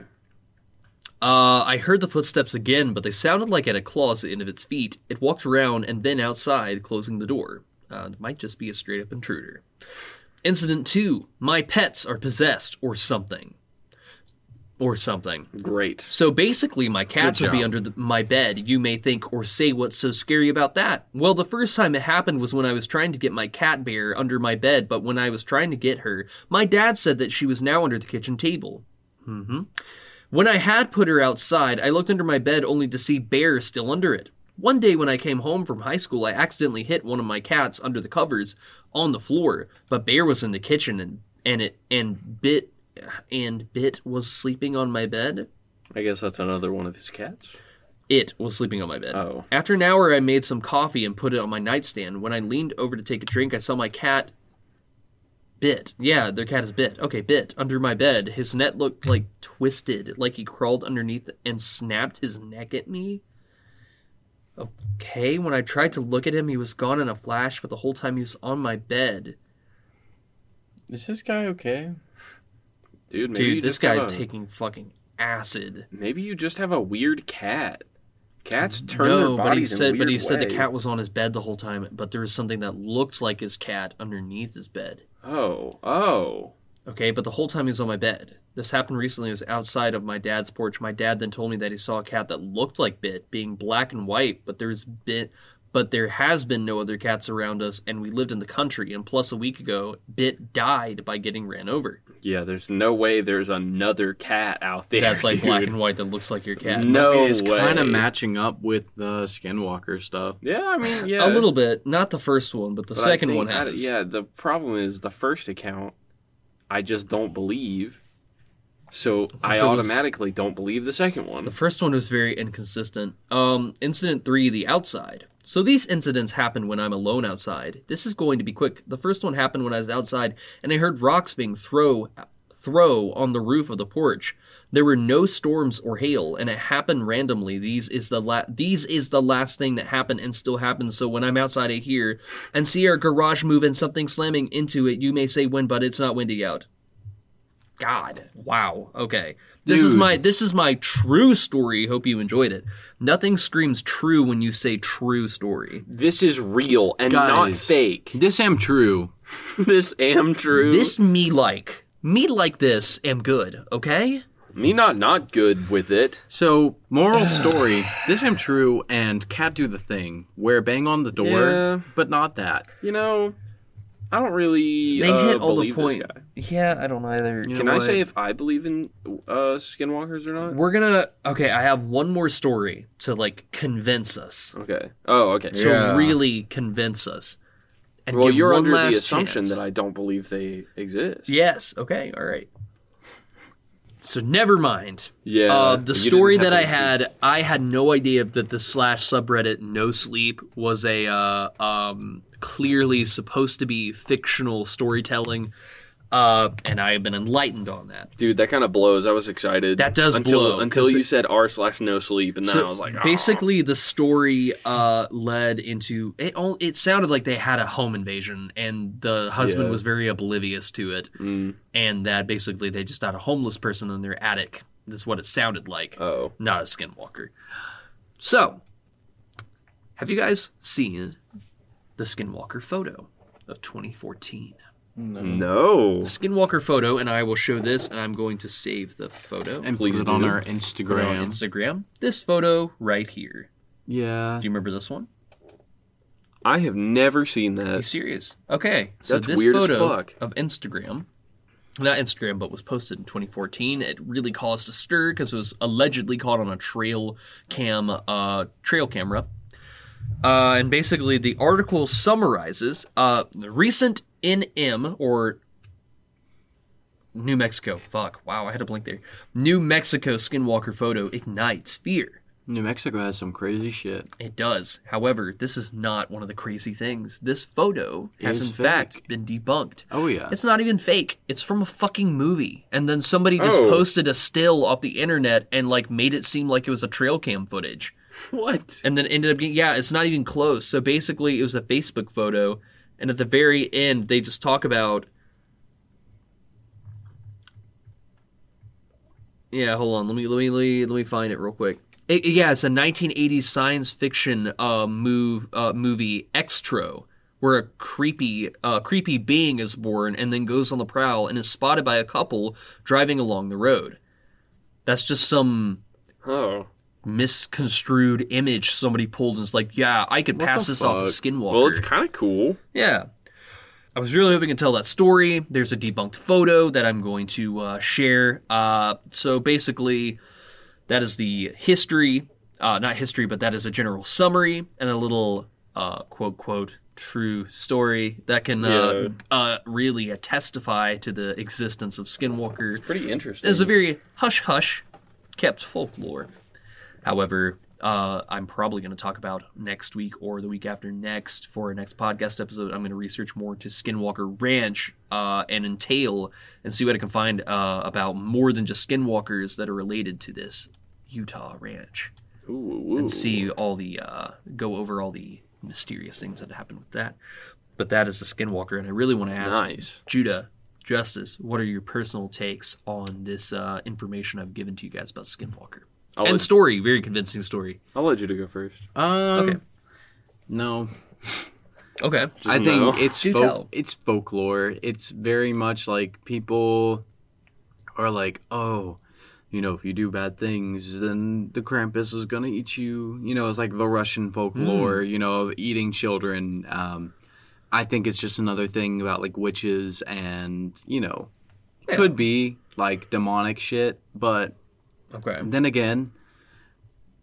Speaker 2: Uh, I heard the footsteps again, but they sounded like it had claws at the end of its feet. It walked around and then outside, closing the door. Uh, it might just be a straight up intruder. Incident 2 My pets are possessed or something. Or something.
Speaker 1: Great.
Speaker 2: So basically, my cats would be under the, my bed. You may think or say, what's so scary about that? Well, the first time it happened was when I was trying to get my cat bear under my bed, but when I was trying to get her, my dad said that she was now under the kitchen table. hmm When I had put her outside, I looked under my bed only to see bears still under it. One day when I came home from high school, I accidentally hit one of my cats under the covers on the floor, but bear was in the kitchen and and it and bit and bit was sleeping on my bed.
Speaker 3: I guess that's another one of his cats.
Speaker 2: It was sleeping on my bed.
Speaker 3: Oh.
Speaker 2: After an hour, I made some coffee and put it on my nightstand. When I leaned over to take a drink, I saw my cat bit. Yeah, their cat is bit. Okay, bit under my bed. His net looked like twisted, like he crawled underneath and snapped his neck at me. Okay, when I tried to look at him, he was gone in a flash, but the whole time he was on my bed.
Speaker 3: Is this guy okay?
Speaker 1: Dude, maybe you
Speaker 2: Dude, this
Speaker 1: just have
Speaker 2: guy's
Speaker 1: a-
Speaker 2: taking fucking acid.
Speaker 1: Maybe you just have a weird cat. Cats turn their
Speaker 2: no, but he
Speaker 1: bodies
Speaker 2: said,
Speaker 1: in
Speaker 2: but he
Speaker 1: weird
Speaker 2: said the
Speaker 1: way.
Speaker 2: cat was on his bed the whole time. But there was something that looked like his cat underneath his bed.
Speaker 1: Oh, oh.
Speaker 2: Okay, but the whole time he was on my bed. This happened recently. It was outside of my dad's porch. My dad then told me that he saw a cat that looked like Bit, being black and white. But there's bit, but there has been no other cats around us, and we lived in the country. And plus, a week ago, Bit died by getting ran over.
Speaker 1: Yeah, there's no way there's another cat out there.
Speaker 2: That's like
Speaker 1: dude.
Speaker 2: black and white that looks like your cat.
Speaker 1: No
Speaker 4: I mean, it's
Speaker 1: way.
Speaker 4: kind of matching up with the Skinwalker stuff.
Speaker 1: Yeah, I mean, yeah.
Speaker 2: A little bit, not the first one, but the
Speaker 1: But I
Speaker 2: second
Speaker 1: think
Speaker 2: one
Speaker 1: that-
Speaker 2: has.
Speaker 1: yeah, the problem is the first account, I just don't believe. So I
Speaker 2: So it's-
Speaker 1: automatically don't believe the second one.
Speaker 2: The first one was very inconsistent. Um, incident three, the outside. So these incidents happen when I'm alone outside. This is going to be quick. The first one happened when I was outside and I heard rocks being throw throw on the roof of the porch. There were no storms or hail, and it happened randomly. These is the la- these is the last thing that happened and still happens. So when I'm outside, I hear and see our garage move and something slamming into it. You may say wind, but it's not windy out. God. Wow. Okay. This is
Speaker 4: Dude.
Speaker 2: my this is my true story. Hope you enjoyed it. Nothing screams true when you say true story.
Speaker 1: This is real and not
Speaker 4: Guys.
Speaker 1: fake.
Speaker 4: This am true.
Speaker 1: this am true.
Speaker 2: This me like me like this am good. Okay.
Speaker 1: me not not good with it.
Speaker 4: So, moral story, this am true and cat do the thing where bang on the door,
Speaker 1: Yeah.
Speaker 4: but not that.
Speaker 1: You know, I don't really.
Speaker 2: They
Speaker 1: uh,
Speaker 2: hit all the
Speaker 1: believe this
Speaker 2: point.
Speaker 1: guy.
Speaker 2: Yeah, I don't either.
Speaker 1: Can I say if I believe in uh, skinwalkers or not?
Speaker 2: We're gonna okay. I have one more story to like convince us
Speaker 1: Okay. Oh, okay.
Speaker 2: to really convince us. And
Speaker 1: well,
Speaker 2: give
Speaker 1: you're
Speaker 2: one
Speaker 1: under the
Speaker 2: last
Speaker 1: assumption
Speaker 2: chance.
Speaker 1: that I don't believe they exist.
Speaker 2: Yes. Okay. All right. So never mind.
Speaker 1: Yeah,
Speaker 2: Uh,
Speaker 1: you
Speaker 2: the
Speaker 1: didn't
Speaker 2: story
Speaker 1: have
Speaker 2: that
Speaker 1: to
Speaker 2: I
Speaker 1: do-
Speaker 2: had, I had no idea that the slash subreddit No Sleep was a uh, um, clearly supposed to be fictional storytelling, uh, and I have been enlightened on that.
Speaker 1: Dude, that kind of blows. I was excited.
Speaker 2: That does
Speaker 1: until,
Speaker 2: blow,
Speaker 1: Until
Speaker 2: 'cause
Speaker 1: you
Speaker 2: it-
Speaker 1: said r slash no sleep, and then
Speaker 2: So
Speaker 1: I was like, "Ah."
Speaker 2: basically, the story uh, led into it. All, it sounded like they had a home invasion, and the husband
Speaker 1: Yeah.
Speaker 2: was very oblivious to it,
Speaker 1: Mm.
Speaker 2: and that basically they just had a homeless person in their attic. That's what it sounded like,
Speaker 1: Oh,
Speaker 2: not a skinwalker. So, have you guys seen the skinwalker photo of 2014?
Speaker 1: mm.
Speaker 4: Mm.
Speaker 1: no.
Speaker 2: Skinwalker photo, and I will show this, and I'm going to save the photo
Speaker 4: And
Speaker 1: Please
Speaker 4: put it on
Speaker 1: do.
Speaker 4: our
Speaker 2: Put it on
Speaker 4: Instagram.
Speaker 2: Instagram. This photo right here.
Speaker 4: yeah.
Speaker 2: Do you remember this one?
Speaker 1: I have never seen
Speaker 2: Are you
Speaker 1: that.
Speaker 2: serious? Okay, so
Speaker 1: That's
Speaker 2: this
Speaker 1: weird as
Speaker 2: photo
Speaker 1: fuck.
Speaker 2: of Instagram, not Instagram, but was posted in 2014. It really caused a stir because it was allegedly caught on a trail cam, uh, trail camera. Uh, and basically, the article summarizes uh, the recent NM or New Mexico. Fuck! Wow, I had a blink there. New Mexico skinwalker photo ignites fear.
Speaker 4: New Mexico has some crazy shit.
Speaker 2: It does. However, this is not one of the crazy things. This photo has in
Speaker 4: Is
Speaker 2: fact
Speaker 4: fake.
Speaker 2: been debunked.
Speaker 4: Oh yeah.
Speaker 2: It's not even fake. It's from a fucking movie. And then somebody just
Speaker 1: Oh.
Speaker 2: posted a still off the internet and like made it seem like it was a trail cam footage.
Speaker 1: What?
Speaker 2: And then ended up getting yeah, it's not even close. So basically it was a Facebook photo and at the very end they just talk about Yeah, hold on. Let me let me let me, let me find it real quick. It, it- yeah, it's a 1980s science fiction uh, move uh, movie Extro, where a creepy uh, creepy being is born and then goes on the prowl and is spotted by a couple driving along the road. That's just some
Speaker 1: Oh.
Speaker 2: misconstrued image somebody pulled and is like, yeah, I could pass
Speaker 4: the
Speaker 2: this off as
Speaker 4: fuck?
Speaker 2: Skinwalker.
Speaker 1: Well, it's kind of cool.
Speaker 2: yeah. I was really hoping to tell that story. There's a debunked photo that I'm going to uh, share. Uh, so basically, that is the history, uh, not history, but that is a general summary and a little uh, quote, quote, true story that can uh, uh, really testify to the existence of Skinwalker.
Speaker 1: Pretty interesting.
Speaker 2: It's a very hush hush kept folklore. However, uh, I'm probably going to talk about next week or the week after next for our next podcast episode. I'm going to research more into Skinwalker Ranch uh, and entail and see what I can find uh, about more than just Skinwalkers that are related to this Utah ranch
Speaker 1: Ooh, ooh, ooh.
Speaker 2: and see all the uh, go over all the mysterious things that happened with that. But that is the Skinwalker, and I really want to ask
Speaker 1: Nice.
Speaker 2: Judah, Justice, what are your personal takes on this uh, information I've given to you guys about Skinwalker?
Speaker 1: I'll,
Speaker 2: Oh, and
Speaker 1: let,
Speaker 2: story, very convincing story.
Speaker 1: I'll let you to go first.
Speaker 4: Um,
Speaker 2: Okay.
Speaker 4: No,
Speaker 2: Okay.
Speaker 4: I think
Speaker 1: no.
Speaker 4: it's
Speaker 2: Do
Speaker 4: folk
Speaker 2: tell.
Speaker 4: it's folklore. It's very much like people are like, oh, you know, if you do bad things, then the Krampus is gonna eat you. You know, it's like the Russian folklore. You know, of eating children. Um, I think it's just another thing about like witches and you know,
Speaker 2: Yeah.
Speaker 4: could be like demonic shit, but
Speaker 2: Okay.
Speaker 4: then again,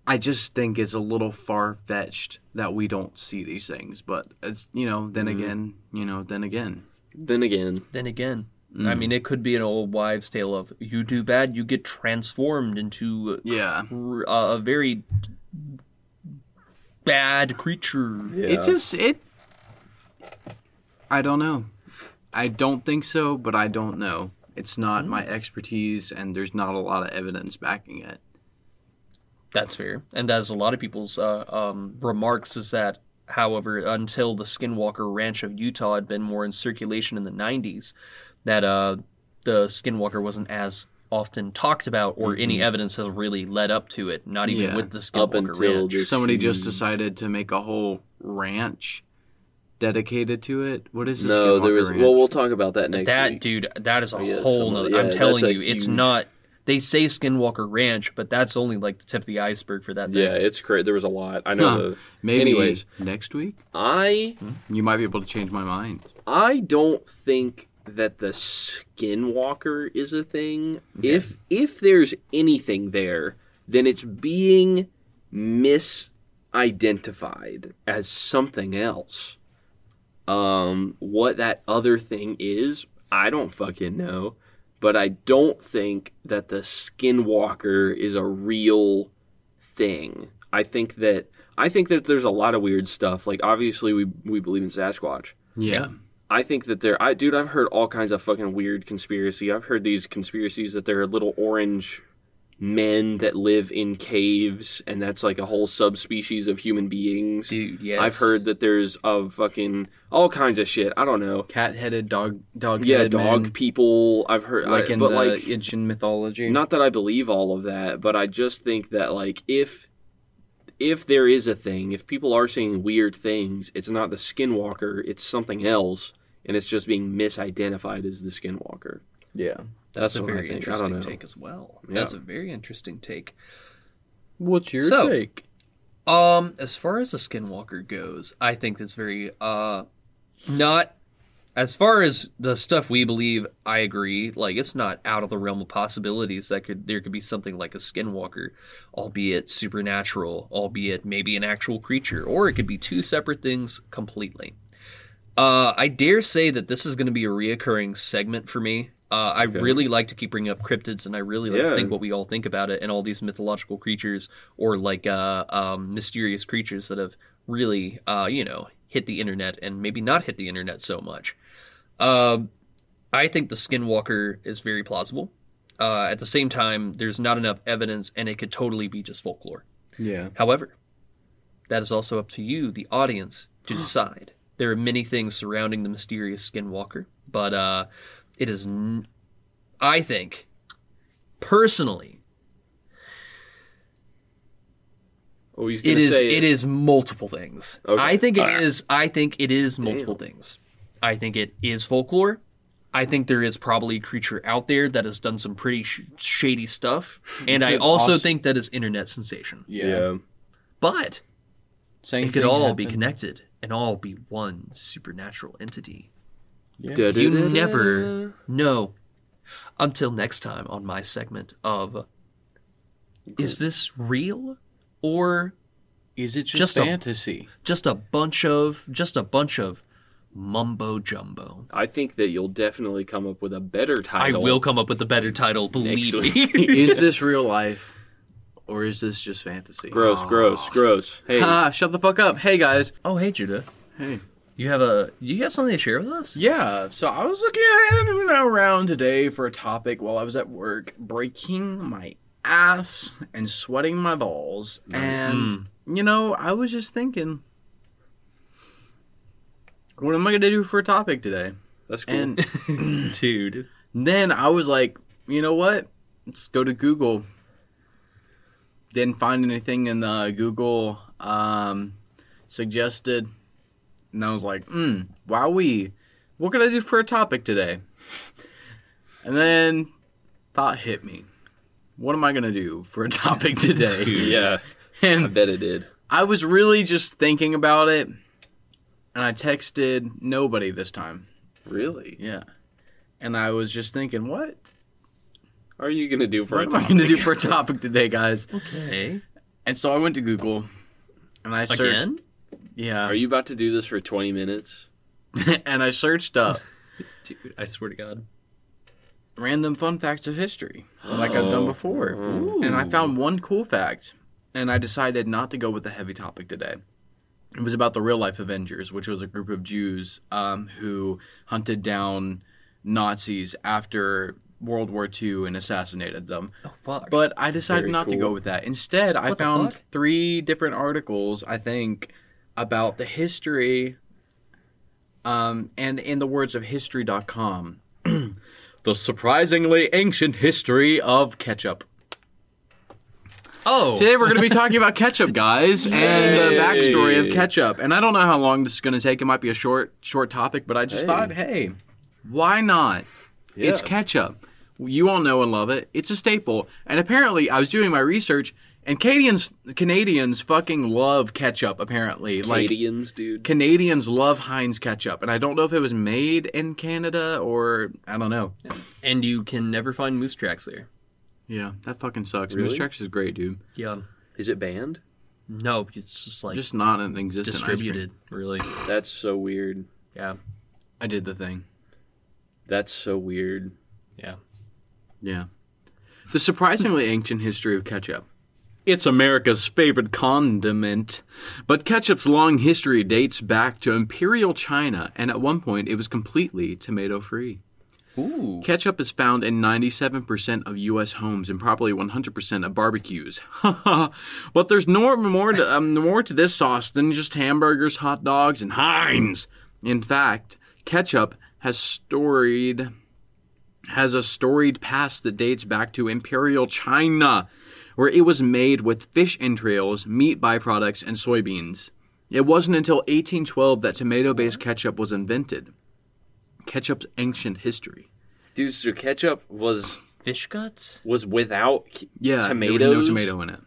Speaker 4: I just think it's a little far fetched that we don't see these things. But it's you know, then again, you know, then again,
Speaker 1: Then again,
Speaker 2: Then again, I mean, it could be an old wives' tale of you do bad, you get transformed into
Speaker 4: yeah.
Speaker 2: r- uh, a very bad creature.
Speaker 4: It just it. I don't know. I don't think so, but I don't know. It's not my expertise, and there's not a lot of evidence backing it.
Speaker 2: That's fair, and as a lot of people's uh, um, remarks is that, however, until the Skinwalker Ranch of Utah had been more in circulation in the '90s, that uh, the Skinwalker wasn't as often talked about, or any evidence has really led up to it. Not even
Speaker 4: Yeah.
Speaker 2: with the Skinwalker
Speaker 1: Mm-hmm. up until
Speaker 2: Ranch.
Speaker 1: this
Speaker 4: Somebody just
Speaker 1: huge-
Speaker 4: decided to make a whole ranch dedicated to it. What is this?
Speaker 1: No, there
Speaker 4: Skinwalker
Speaker 1: is.
Speaker 4: Ranch?
Speaker 1: Well, we'll talk about that next
Speaker 2: that
Speaker 1: week.
Speaker 2: dude, that is a
Speaker 1: yeah, some
Speaker 2: whole
Speaker 1: of
Speaker 2: nother.
Speaker 1: the- yeah,
Speaker 2: I'm telling you,
Speaker 1: that's a
Speaker 2: it's
Speaker 1: huge-
Speaker 2: not. They say Skinwalker Ranch, but that's only like the tip of the iceberg for that. Thing.
Speaker 1: Yeah, it's great. There was a lot. I know.
Speaker 4: Huh.
Speaker 1: the-
Speaker 4: Maybe
Speaker 1: Anyways.
Speaker 4: next week
Speaker 1: I
Speaker 4: you might be able to change my mind.
Speaker 1: I don't think that the skinwalker is a thing. If if there's anything there, then it's being misidentified as something else. Um what that other thing is, I don't fucking know, but I don't think that the skinwalker is a real thing. I think that I think that there's a lot of weird stuff. Like obviously we we believe in Sasquatch.
Speaker 4: Yeah.
Speaker 1: I think that there, I dude, I've heard all kinds of fucking weird conspiracy. I've heard these conspiracies that there are little orange men that live in caves, and that's like a whole subspecies of human beings.
Speaker 2: dude. Yes,
Speaker 1: I've heard that there's a fucking all kinds of shit. I don't know.
Speaker 4: Cat headed dog dog
Speaker 1: Yeah, dog people. I've heard,
Speaker 4: like
Speaker 1: I,
Speaker 4: in
Speaker 1: but
Speaker 4: the
Speaker 1: like
Speaker 4: ancient mythology.
Speaker 1: not that I believe all of that, but I just think that like if if there is a thing, if people are seeing weird things, it's not the skinwalker, it's something else, and it's just being misidentified as the skinwalker.
Speaker 4: yeah.
Speaker 2: that's, a
Speaker 1: what I
Speaker 2: very
Speaker 1: think. I don't
Speaker 2: interesting
Speaker 1: know.
Speaker 2: take as well.
Speaker 1: Yeah.
Speaker 2: That's a very interesting take.
Speaker 4: What's your
Speaker 2: So-
Speaker 4: take?
Speaker 2: Um, as far as the Skinwalker goes, I think that's very uh not as far as the stuff we believe, I agree. Like it's not out of the realm of possibilities that could there could be something like a skinwalker, albeit supernatural, albeit maybe an actual creature, or it could be two separate things completely. Uh, I dare say that this is going to be a reoccurring segment for me. Uh, I really like to keep bringing up cryptids, and I really like
Speaker 1: Yeah.
Speaker 2: to think what we all think about it, and all these mythological creatures or like uh, um, mysterious creatures that have really, uh, you know, hit the internet and maybe not hit the internet so much. Um, I think the Skinwalker is very plausible. Uh, at the same time, there's not enough evidence, and it could totally be just folklore.
Speaker 4: Yeah.
Speaker 2: However, that is also up to you, the audience, to decide. There are many things surrounding the mysterious Skinwalker, but uh, it is, n- I think, personally,
Speaker 1: Oh, he's gonna
Speaker 2: it is
Speaker 1: say
Speaker 2: it is multiple things.
Speaker 1: Okay. Ah.
Speaker 2: I think it is. I think it is multiple things. I think it is folklore. I think there is probably a creature out there that has done some pretty sh- shady stuff, and I
Speaker 4: could
Speaker 2: also
Speaker 4: also-
Speaker 2: think that is internet sensation.
Speaker 4: Yeah.
Speaker 1: yeah.
Speaker 2: But
Speaker 4: Same
Speaker 2: it could
Speaker 4: thing
Speaker 2: all be
Speaker 4: happened.
Speaker 2: connected and all be one supernatural entity You never know until next time on my segment of Is this real or
Speaker 4: Is it just,
Speaker 2: Just a-
Speaker 4: fantasy?
Speaker 2: just a bunch of just a bunch of mumbo jumbo?
Speaker 1: I think that you'll definitely come up with a better
Speaker 2: I
Speaker 1: title.
Speaker 2: will come up with a better title,
Speaker 1: next
Speaker 2: believe me.
Speaker 1: week.
Speaker 4: is this real life, or is this just fantasy?
Speaker 1: gross, gross, gross. Hey,
Speaker 4: Ah, shut the fuck up. Hey guys.
Speaker 2: oh, hey Judah.
Speaker 4: Hey.
Speaker 2: You have a you have something to share with us?
Speaker 4: Yeah, so I was looking around today for a topic while I was at work, breaking my ass and sweating my balls. And, you know, I was just thinking, what am I going to do for a topic today?
Speaker 1: that's cool.
Speaker 4: And
Speaker 2: Dude.
Speaker 4: then I was like, you know what? Let's go to Google. Didn't find anything in the Google um, suggested. And I was like, hmm, wowee. What could I do for a topic today? And then thought hit me. What am I going to do for a topic today?
Speaker 1: yeah, I
Speaker 4: And
Speaker 1: bet it did.
Speaker 4: I was really just thinking about it. And I texted nobody this time.
Speaker 1: Really?
Speaker 4: Yeah. And I was just thinking, what
Speaker 1: Are you gonna do for
Speaker 4: what
Speaker 1: a
Speaker 4: am I
Speaker 1: topic?
Speaker 4: going to do for a topic today, guys?
Speaker 2: Okay.
Speaker 4: And so I went to Google, and I searched.
Speaker 2: Again?
Speaker 1: Are
Speaker 4: Yeah,
Speaker 1: you about to do this for twenty minutes?
Speaker 4: and I searched up
Speaker 2: Dude, I swear to God.
Speaker 4: random fun facts of history, like I've done before.
Speaker 1: Ooh.
Speaker 4: And I found one cool fact, and I decided not to go with the heavy topic today. It was about the real life Avengers, which was a group of Jews um, who hunted down Nazis after World War II and assassinated them.
Speaker 2: Oh fuck.
Speaker 4: But I decided
Speaker 1: Very
Speaker 4: not to
Speaker 1: cool.
Speaker 4: go with that. Instead, I
Speaker 2: What the
Speaker 4: found
Speaker 2: fuck?
Speaker 4: three different articles, I think, about the history. Um, and in the words of history.com, the surprisingly ancient history of ketchup.
Speaker 2: oh
Speaker 4: Today, we're going to be talking about ketchup, guys, and the
Speaker 1: Yay.
Speaker 4: backstory of ketchup. And I don't know how long this is going to take. It might be a short, short topic, but I just
Speaker 1: Hey.
Speaker 4: thought, hey, why not? It's
Speaker 1: Yeah.
Speaker 4: ketchup. You all know and love it. It's a staple. And apparently, I was doing my research, and Canadians Canadians fucking love ketchup. Apparently, like
Speaker 1: Canadians, dude.
Speaker 4: Canadians love Heinz ketchup. And I don't know if it was made in Canada or I don't know.
Speaker 2: and you can never find moose tracks there.
Speaker 4: Yeah, that fucking sucks.
Speaker 1: Really?
Speaker 4: Moose Tracks is great, dude.
Speaker 2: Yeah.
Speaker 1: Is it banned?
Speaker 2: No, it's just like
Speaker 4: Just not an existent ice cream.
Speaker 2: distributed, really.
Speaker 1: That's so weird.
Speaker 2: Yeah.
Speaker 4: I did the thing.
Speaker 1: That's so weird.
Speaker 2: Yeah.
Speaker 4: Yeah. The surprisingly ancient history of ketchup. It's America's favorite condiment, but ketchup's long history dates back to imperial China, and at one point it was completely tomato free.
Speaker 2: Ooh.
Speaker 4: Ketchup is found in 97% of U.S. homes and probably 100% of barbecues. but there's no more to, um, more to this sauce than just hamburgers, hot dogs, and Heinz. In fact, ketchup has storied has a storied past that dates back to imperial China, where it was made with fish entrails, meat byproducts, and soybeans. It wasn't until 1812 that tomato-based ketchup was invented. Ketchup's ancient history.
Speaker 1: Dude, so ketchup was
Speaker 2: Fish guts?
Speaker 1: was without k-
Speaker 4: Yeah,
Speaker 1: tomatoes.
Speaker 4: there was no tomato in it.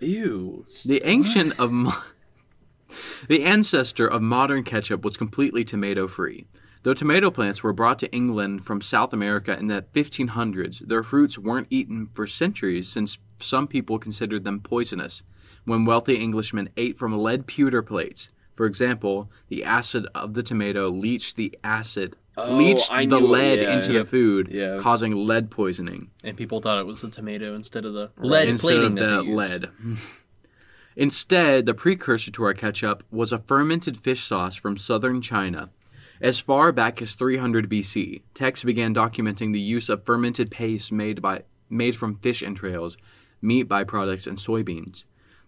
Speaker 1: Ew.
Speaker 4: The ancient of mo- the ancestor of modern ketchup was completely tomato free. Though tomato plants were brought to England from South America in the 1500s, their fruits weren't eaten for centuries since some people considered them poisonous. When wealthy Englishmen ate from lead pewter plates, for example, the acid of the tomato leached the acid,
Speaker 1: Oh,
Speaker 4: leached
Speaker 1: I
Speaker 4: the
Speaker 1: knew-
Speaker 4: lead
Speaker 1: yeah,
Speaker 4: into
Speaker 1: yeah.
Speaker 4: the food,
Speaker 1: Yeah.
Speaker 4: causing lead poisoning.
Speaker 2: And people thought it was the tomato instead of the lead
Speaker 4: instead
Speaker 2: plating
Speaker 4: of
Speaker 2: that
Speaker 4: the
Speaker 2: they used.
Speaker 4: lead. Instead, the precursor to our ketchup was a fermented fish sauce from southern China. As far back as 300 BC, texts began documenting the use of fermented paste made by made from fish entrails, meat byproducts, and soybeans.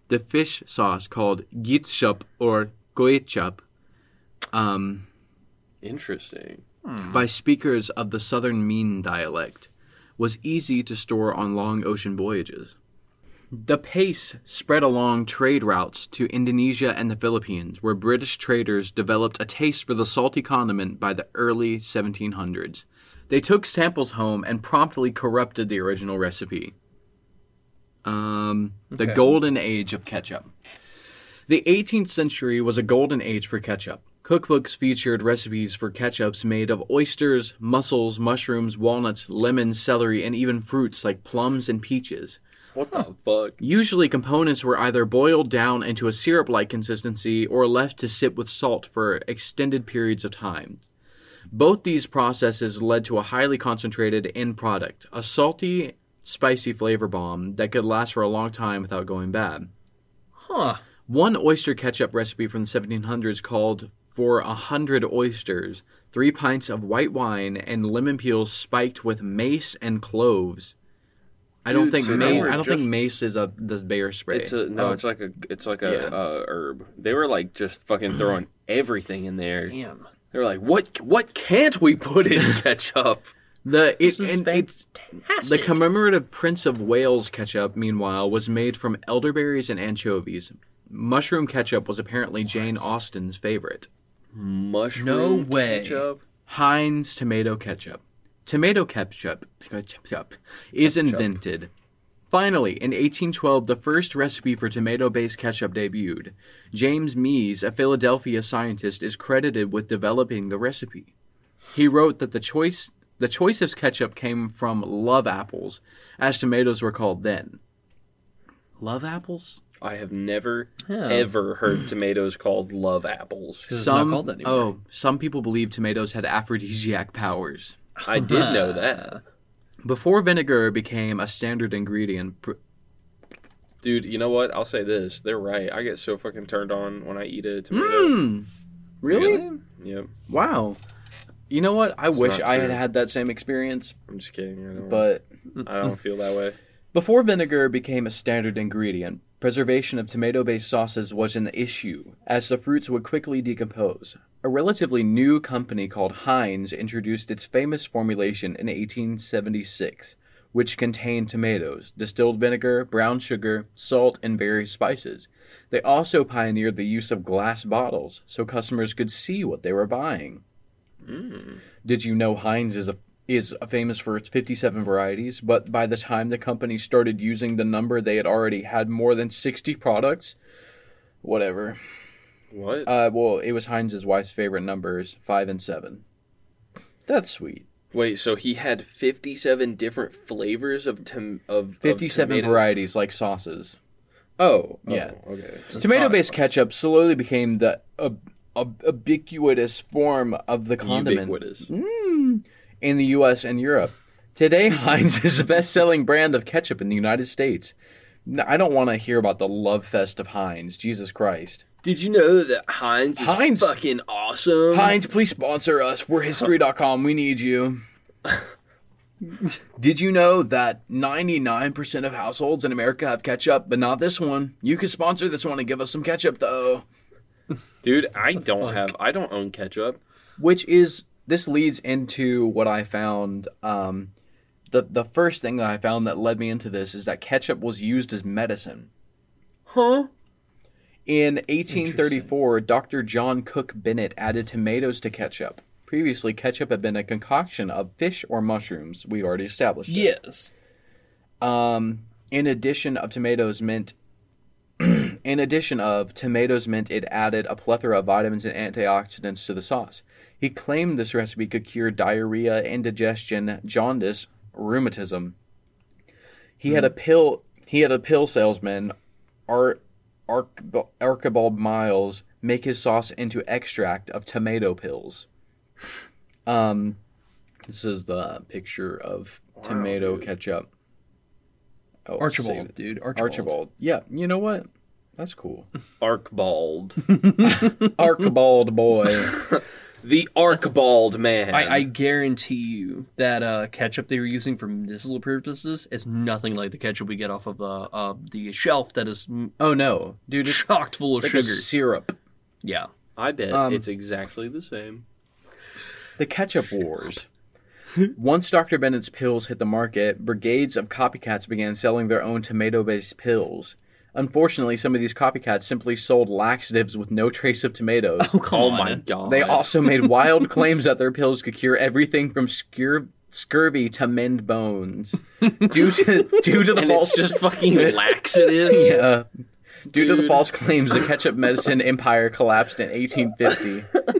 Speaker 4: The fish sauce called gitchup or goichup um,
Speaker 1: Interesting.
Speaker 4: by speakers of the southern Min dialect was easy to store on long ocean voyages. The pace spread along trade routes to Indonesia and the Philippines, where British traders developed a taste for the salty condiment by the early 1700s. They took samples home and promptly corrupted the original recipe. Um, The golden age of ketchup. The 18th century was a golden age for ketchup. Cookbooks featured recipes for ketchups made of oysters, mussels, mushrooms, walnuts, lemons, celery, and even fruits like plums and peaches.
Speaker 1: What the fuck?
Speaker 4: Usually, components were either boiled down into a syrup like consistency or left to sit with salt for extended periods of time. Both these processes led to a highly concentrated end product, a salty, spicy flavor bomb that could last for a long time without going bad.
Speaker 2: Huh.
Speaker 4: One oyster ketchup recipe from the 1700s called for a hundred oysters, three pints of white wine, and lemon peels spiked with mace and cloves. I don't
Speaker 1: Dude,
Speaker 4: think
Speaker 1: so now
Speaker 4: mace.
Speaker 1: we're
Speaker 4: I don't
Speaker 1: just-
Speaker 4: think mace is a the bear spray.
Speaker 3: It's a no. It's like a. It's like a
Speaker 4: Yeah.
Speaker 3: uh, herb. They were like just fucking throwing everything in there.
Speaker 2: Damn.
Speaker 3: They were like, what? What can't we put in ketchup?
Speaker 4: the it,
Speaker 3: is
Speaker 4: and it, the commemorative Prince of Wales ketchup, meanwhile, was made from elderberries and anchovies. Mushroom ketchup was apparently Jane Austen's favorite.
Speaker 3: Mushroom.
Speaker 2: No way.
Speaker 3: Ketchup.
Speaker 4: Heinz tomato ketchup. Tomato ketchup, ketchup is invented. Finally, in 1812, the first recipe for tomato based ketchup debuted. James Mees, a Philadelphia scientist, is credited with developing the recipe. He wrote that the choice the choice of ketchup came from love apples, as tomatoes were called then. Love apples?
Speaker 3: I have never
Speaker 2: Yeah.
Speaker 3: ever heard tomatoes called love apples.
Speaker 2: It's not called that anymore.
Speaker 4: Oh, some people believe tomatoes had aphrodisiac powers.
Speaker 3: I did know that,
Speaker 4: Before vinegar became a standard ingredient, pr-
Speaker 3: dude. You know what? I'll say this. They're right. I get so fucking turned on when I eat a tomato.
Speaker 4: Hmm. Really?
Speaker 3: Yep.
Speaker 4: Wow. You know what? I wish
Speaker 3: not
Speaker 4: I had
Speaker 3: true. Mm.
Speaker 4: had that same experience,
Speaker 3: I'm just kidding. I don't,
Speaker 4: but
Speaker 3: I don't feel that way.
Speaker 4: before vinegar became a standard ingredient, preservation of tomato based sauces was an issue, as the fruits would quickly decompose. A relatively new company called Heinz introduced its famous formulation in 1876, which contained tomatoes, distilled vinegar, brown sugar, salt, and various spices. They also pioneered the use of glass bottles so customers could see what they were buying. Did you know Heinz is a is famous for its 57 varieties, but by the time the company started using the number, they had already had more than 60 products. Whatever.
Speaker 3: What?
Speaker 4: Uh, well, it was Heinz's wife's favorite numbers, five and seven. That's sweet.
Speaker 3: Wait, so he had fifty-seven different flavors of tom- of of
Speaker 4: 57
Speaker 3: tomato-
Speaker 4: varieties, like sauces. Oh,
Speaker 3: Oh,
Speaker 4: yeah.
Speaker 3: Okay.
Speaker 4: Tomato-based ketchup slowly became the ob- ob- ubiquitous form of the condiment.
Speaker 3: Ubiquitous.
Speaker 4: in the US and Europe. Today, Heinz is the best selling brand of ketchup in the United States. No, I don't want to hear about the love fest of Heinz. Jesus Christ.
Speaker 3: Did you
Speaker 2: Oh,
Speaker 3: know that Heinz is
Speaker 4: Heinz-
Speaker 3: fucking awesome?
Speaker 4: Heinz, please sponsor us. We're history.com. We need you. Did you know that 99% of households in America have ketchup, but not this one? You could sponsor this one and give us some ketchup, though.
Speaker 3: Dude, I don't have. I don't own ketchup.
Speaker 4: which is this leads into what I found. Um, the the first thing that I found that led me into this is that ketchup was used as medicine.
Speaker 3: Huh?
Speaker 4: In 1834, Dr. John Cook Bennett added tomatoes to ketchup. Previously, ketchup had been a concoction of fish or mushrooms. We've already established.
Speaker 2: Yes.
Speaker 4: This. Um, in addition of tomatoes meant in addition of tomatoes meant it added a plethora of vitamins and antioxidants to the sauce. He claimed this recipe could cure diarrhea, indigestion, jaundice, rheumatism. He had a pill he had a pill salesman Ar- Archib- Archibald Miles make his sauce into extract of tomato pills. Um this is the picture of tomato ketchup. Oh, it's saved.
Speaker 2: Archibald, dude. Archibald.
Speaker 4: Archibald. Yeah, you know what? That's cool.
Speaker 3: Archbald.
Speaker 4: Archibald boy.
Speaker 3: the Archbald man.
Speaker 2: I, I guarantee you that uh, ketchup they were using for medicinal purposes is nothing like the ketchup we get off of the uh, the shelf that is mm,
Speaker 4: Oh no, dude, it's
Speaker 2: chocked full of
Speaker 4: like a
Speaker 2: sugar.
Speaker 4: syrup.
Speaker 2: yeah.
Speaker 3: I bet
Speaker 4: Um,
Speaker 3: it's exactly the same.
Speaker 4: The ketchup wars. Once Dr. Bennett's pills hit the market, brigades of copycats began selling their own tomato-based pills. Unfortunately, some of these copycats simply sold laxatives with no trace of tomatoes.
Speaker 2: come
Speaker 3: Oh
Speaker 2: on.
Speaker 3: my god.
Speaker 4: They also made wild claims that their pills could cure everything from scur- scurvy to mend bones. Due to due to the
Speaker 3: And
Speaker 4: false
Speaker 3: it's just fucking laxatives.
Speaker 4: Yeah. uh, Due to the
Speaker 3: Dude.
Speaker 4: false claims, the ketchup medicine empire collapsed in 1850.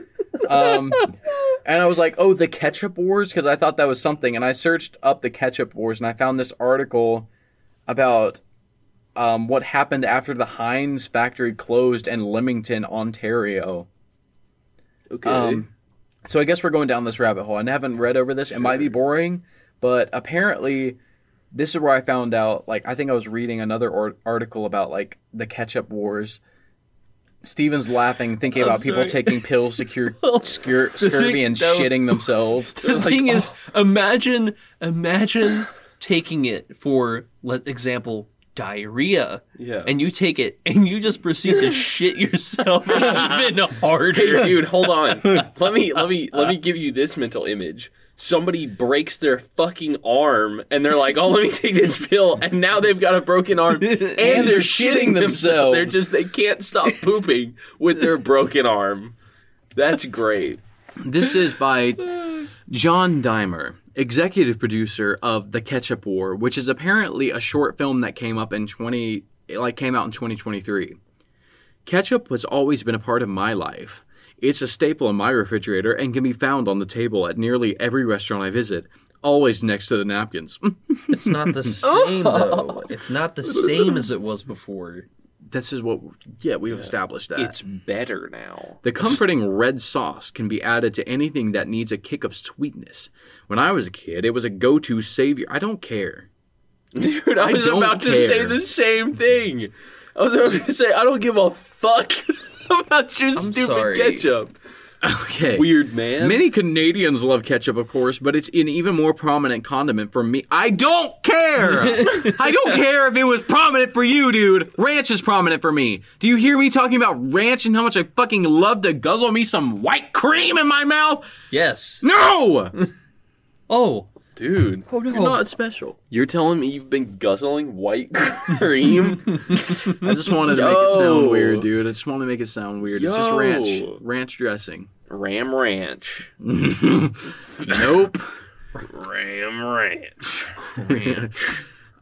Speaker 4: Um, and I was like, oh, the ketchup wars, because I thought that was something. And I searched up the ketchup wars, and I found this article about um, what happened after the Heinz factory closed in Leamington, Ontario.
Speaker 5: Okay.
Speaker 4: Um, so I guess we're going down this rabbit hole. I haven't read over this. It might be boring, but apparently, this is where I found out. Like, I think I was reading another or- article about like the ketchup wars. Steven's laughing, thinking about people
Speaker 2: sorry.
Speaker 4: taking pills to cure scur- scurvy and
Speaker 2: that was-
Speaker 4: shitting themselves.
Speaker 2: The thing is,
Speaker 1: oh.
Speaker 2: imagine, imagine taking it for, let example, diarrhea.
Speaker 1: Yeah.
Speaker 2: And you take it, and you just proceed to shit yourself even harder.
Speaker 1: dude hold on let me let me let me give you this mental image somebody breaks their fucking arm and they're like oh let me take this pill and now they've got a broken arm and,
Speaker 4: And
Speaker 1: they're
Speaker 4: they're
Speaker 1: shitting
Speaker 4: shitting
Speaker 1: themselves they're
Speaker 4: themselves.
Speaker 1: just they can't stop pooping with their broken arm that's great
Speaker 4: This is by John Dimer, executive producer of The Ketchup War, which is apparently a short film that came up in 20 like came out in 2023. Ketchup has always been a part of my life. It's a staple in my refrigerator and can be found on the table at nearly every restaurant I visit, always next to the napkins. Mm,
Speaker 2: It's not the same, though. It's not the same as it was before.
Speaker 4: this is what yeah, we've established that.
Speaker 1: it's better now
Speaker 4: The comforting red sauce can be added to anything that needs a kick of sweetness. When I was a kid, it was a go-to savior. I don't care.
Speaker 1: dude i
Speaker 4: I
Speaker 1: was
Speaker 4: don't
Speaker 1: about to say
Speaker 4: care.
Speaker 1: the same thing i was about to say i don't give a fuck about your stupid
Speaker 2: sorry.
Speaker 1: ketchup
Speaker 4: Okay.
Speaker 1: weird man
Speaker 4: Many Canadians love ketchup, of course, but it's an even more prominent condiment for me. I don't care. I don't care if it was prominent for you, dude. Ranch is prominent for me. Do you hear me talking about ranch and how much I fucking love to guzzle me some white cream in my mouth?
Speaker 2: Yes.
Speaker 4: No.
Speaker 2: Oh.
Speaker 1: dude
Speaker 2: Oh no.
Speaker 4: special.
Speaker 1: You're telling me you've been guzzling white cream?
Speaker 4: I just wanted to make it
Speaker 1: Yo.
Speaker 4: sound weird, dude. I just want to make it sound weird. It's just
Speaker 1: Yo.
Speaker 4: ranch, ranch dressing.
Speaker 1: Ram Ranch.
Speaker 4: Nope.
Speaker 1: Ram Ranch.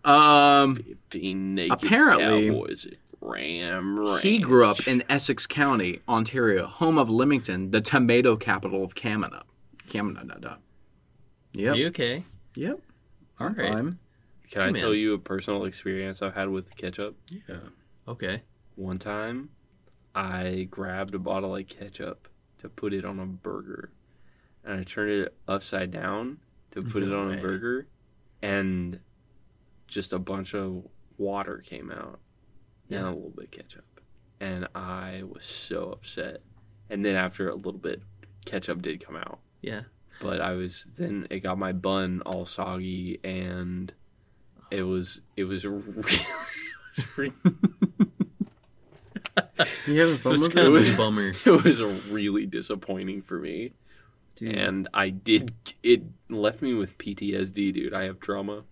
Speaker 4: um,
Speaker 1: Fifteen naked
Speaker 4: Apparently-
Speaker 1: cowboys. Ram Ranch.
Speaker 4: he grew up in Essex County, Ontario, home of Leamington, the tomato capital of Canada. Canada. Yep.
Speaker 2: You okay?
Speaker 4: Yep.
Speaker 2: All right.
Speaker 4: I'm-
Speaker 1: Can I
Speaker 2: man.
Speaker 1: tell you a personal experience I've had with ketchup?
Speaker 2: Okay.
Speaker 1: One time, I grabbed a bottle of ketchup to put it on a burger, and I turned it upside down to put it
Speaker 2: No
Speaker 1: on
Speaker 2: way.
Speaker 1: a burger, and just a bunch of water came out and a little bit of ketchup, and I was so upset. And then after a little bit, ketchup did come out,
Speaker 2: Yeah.
Speaker 1: but I was then it got my bun all soggy, and it was it was really. It was really
Speaker 4: You have a
Speaker 2: It
Speaker 4: phone
Speaker 2: was
Speaker 4: with
Speaker 2: kind of
Speaker 1: was-
Speaker 2: a bummer.
Speaker 1: Oh, it was really disappointing for me
Speaker 2: Dude.
Speaker 4: Mm.
Speaker 1: and i did it left me with ptsd dude i have trauma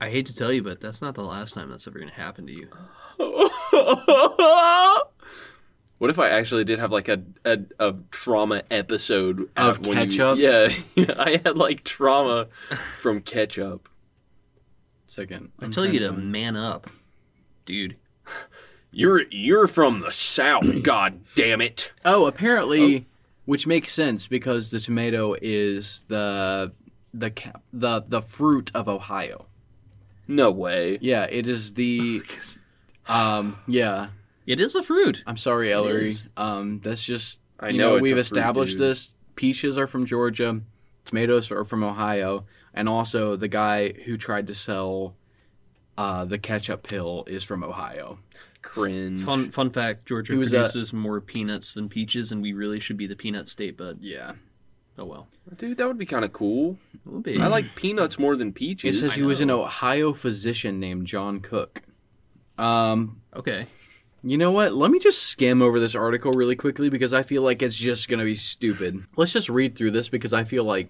Speaker 2: I hate to tell you, but that's not the last time that's ever going to happen to you.
Speaker 1: what if i actually did have like a a, a trauma episode
Speaker 4: Of
Speaker 1: at- when
Speaker 4: ketchup?
Speaker 1: you, yeah i had like trauma from ketchup
Speaker 4: Second.
Speaker 1: Oh
Speaker 2: I tell you to man up, dude.
Speaker 1: you're you're from the south god damn it
Speaker 4: Oh, apparently, which makes sense because the tomato is the the cap, the the fruit of Ohio.
Speaker 1: no way
Speaker 4: Yeah, it is the. Um. Yeah.
Speaker 2: It is a fruit.
Speaker 4: I'm sorry, Ellery.
Speaker 2: is.
Speaker 4: Um, that's just
Speaker 1: I
Speaker 4: you
Speaker 1: know
Speaker 4: know,
Speaker 1: it's a
Speaker 4: we've
Speaker 1: fruit,
Speaker 4: established
Speaker 1: dude.
Speaker 4: this. Peaches are from Georgia, tomatoes are from Ohio, and also the guy who tried to sell uh, the ketchup pill is from Ohio.
Speaker 1: cringe
Speaker 2: Fun fun fact: Georgia
Speaker 4: Who's that?
Speaker 2: produces more peanuts than peaches, and we really should be the peanut state. But
Speaker 4: Yeah,
Speaker 2: oh well,
Speaker 1: dude that would be kind of cool
Speaker 2: we'll be.
Speaker 1: i like peanuts more than
Speaker 4: it
Speaker 1: peaches
Speaker 4: says he was an Ohio physician named John Cook. Um,
Speaker 2: okay.
Speaker 4: You know what? Let me just skim over this article really quickly because I feel like it's just going to be stupid. Let's just read through this because I feel like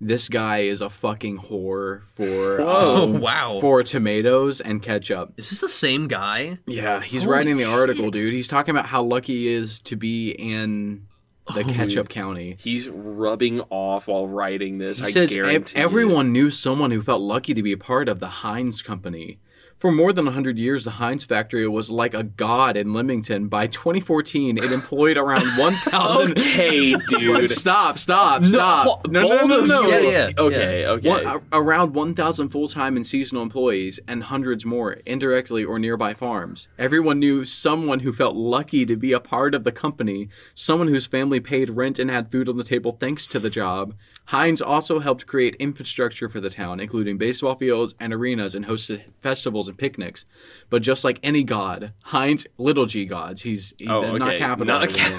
Speaker 4: this guy is a fucking whore for
Speaker 2: Oh
Speaker 4: um,
Speaker 2: wow,
Speaker 4: for tomatoes and ketchup.
Speaker 2: is this the same guy?
Speaker 4: Yeah, he's
Speaker 2: Holy
Speaker 4: writing the article, dude. He's talking about how lucky he is to be in the ketchup county.
Speaker 1: He's rubbing off while writing this.
Speaker 4: He
Speaker 1: I
Speaker 4: says "Ev-
Speaker 1: guarantee it."
Speaker 4: everyone knew someone who felt lucky to be a part of the Heinz Company. For more than 100 years, the Heinz factory was like a god in Leamington. By 2014, it employed around 1,000.
Speaker 3: Okay, dude.
Speaker 4: Stop, stop, stop.
Speaker 3: No, no, no, no.
Speaker 2: Yeah, yeah,
Speaker 3: okay, okay.
Speaker 4: One, a- around 1,000 full time and seasonal employees and hundreds more indirectly or nearby farms. Everyone knew someone who felt lucky to be a part of the company, someone whose family paid rent and had food on the table thanks to the job. Heinz also helped create infrastructure for the town, including baseball fields and arenas and hosted festivals and picnics. But just like any god, Heinz, little g gods, he's, he's
Speaker 3: Oh,
Speaker 4: not
Speaker 3: okay.
Speaker 4: capitalizing.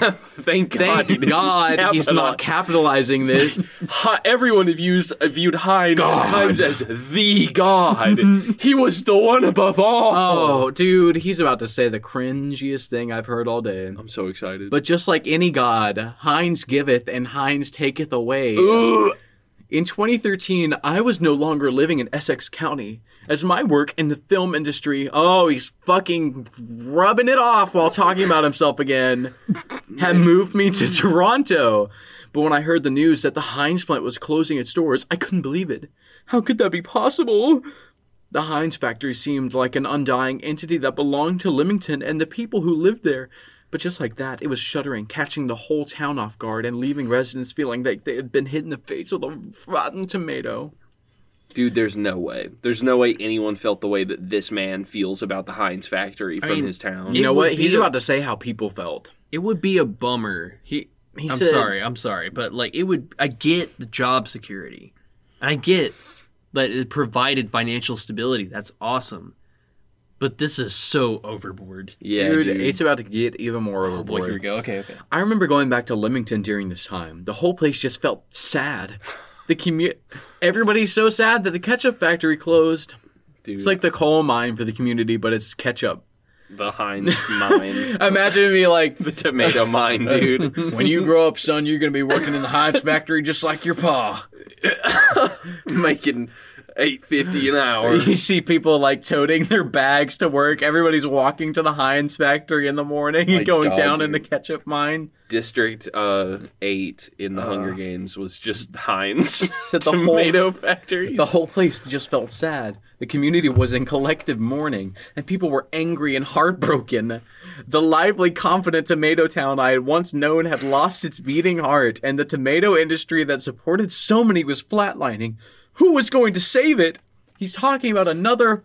Speaker 3: Not cap- Thank God.
Speaker 4: Thank
Speaker 3: he didn't
Speaker 4: God he's not
Speaker 3: capitalize.
Speaker 4: capitalizing this.
Speaker 3: Hi- everyone have used viewed Hyde Hines as the god. he was the one above all.
Speaker 4: Oh, dude, he's about to say the cringiest thing I've heard all day.
Speaker 3: I'm so excited.
Speaker 4: But just like any god, Heinz giveth and Heinz taketh away. In 2013, I was no longer living in Essex County, as my work in the film industry. Oh, he's fucking rubbing it off while talking about himself again. had moved me to Toronto. But when I heard the news that the Heinz plant was closing its doors, I couldn't believe it. How could that be possible? The Heinz factory seemed like an undying entity that belonged to Lymington and the people who lived there. But just like that, it was shuddering, catching the whole town off guard and leaving residents feeling like they had been hit in the face with a rotten tomato.
Speaker 3: Dude, there's no way. There's no way anyone felt the way that this man feels about the Heinz factory from
Speaker 2: mean,
Speaker 3: his town.
Speaker 4: You
Speaker 2: It
Speaker 4: know
Speaker 2: would
Speaker 4: what? He's
Speaker 2: be a-
Speaker 4: about to say how people felt.
Speaker 2: It would be a bummer. He,
Speaker 4: He
Speaker 2: I'm
Speaker 4: said-
Speaker 2: sorry, I'm sorry, but like it would. I get the job security, and I get that it provided financial stability. That's awesome, but this is so overboard.
Speaker 3: yeah,
Speaker 4: dude,
Speaker 3: dude.
Speaker 4: it's about to get even more overboard.
Speaker 2: go. Okay, okay.
Speaker 4: I remember going back to Leamington during this time. The whole place just felt sad. The commu- everybody's so sad that the ketchup factory closed.
Speaker 3: dude,
Speaker 4: It's like the coal mine for the community, but it's ketchup.
Speaker 3: the Heinz mine,
Speaker 4: Imagine me like,
Speaker 3: the tomato mine, dude.
Speaker 4: when you grow up, son, you're gonna be working in the Heinz factory just like your pa.
Speaker 3: Making eight fifty an hour.
Speaker 4: You see people like toting their bags to work. Everybody's walking to the Heinz factory in the morning and
Speaker 3: My
Speaker 4: going
Speaker 3: God,
Speaker 4: down in the
Speaker 3: dude.
Speaker 4: ketchup mine.
Speaker 3: District uh, eight in the Hunger Games was just Heinz
Speaker 4: So Uh. the whole-
Speaker 3: tomato factory.
Speaker 4: The whole place just felt sad. The community was in collective mourning, and people were angry and heartbroken. The lively, confident tomato town I had once known had lost its beating heart, and the tomato industry that supported so many was flatlining. Who was going to save it? He's talking about another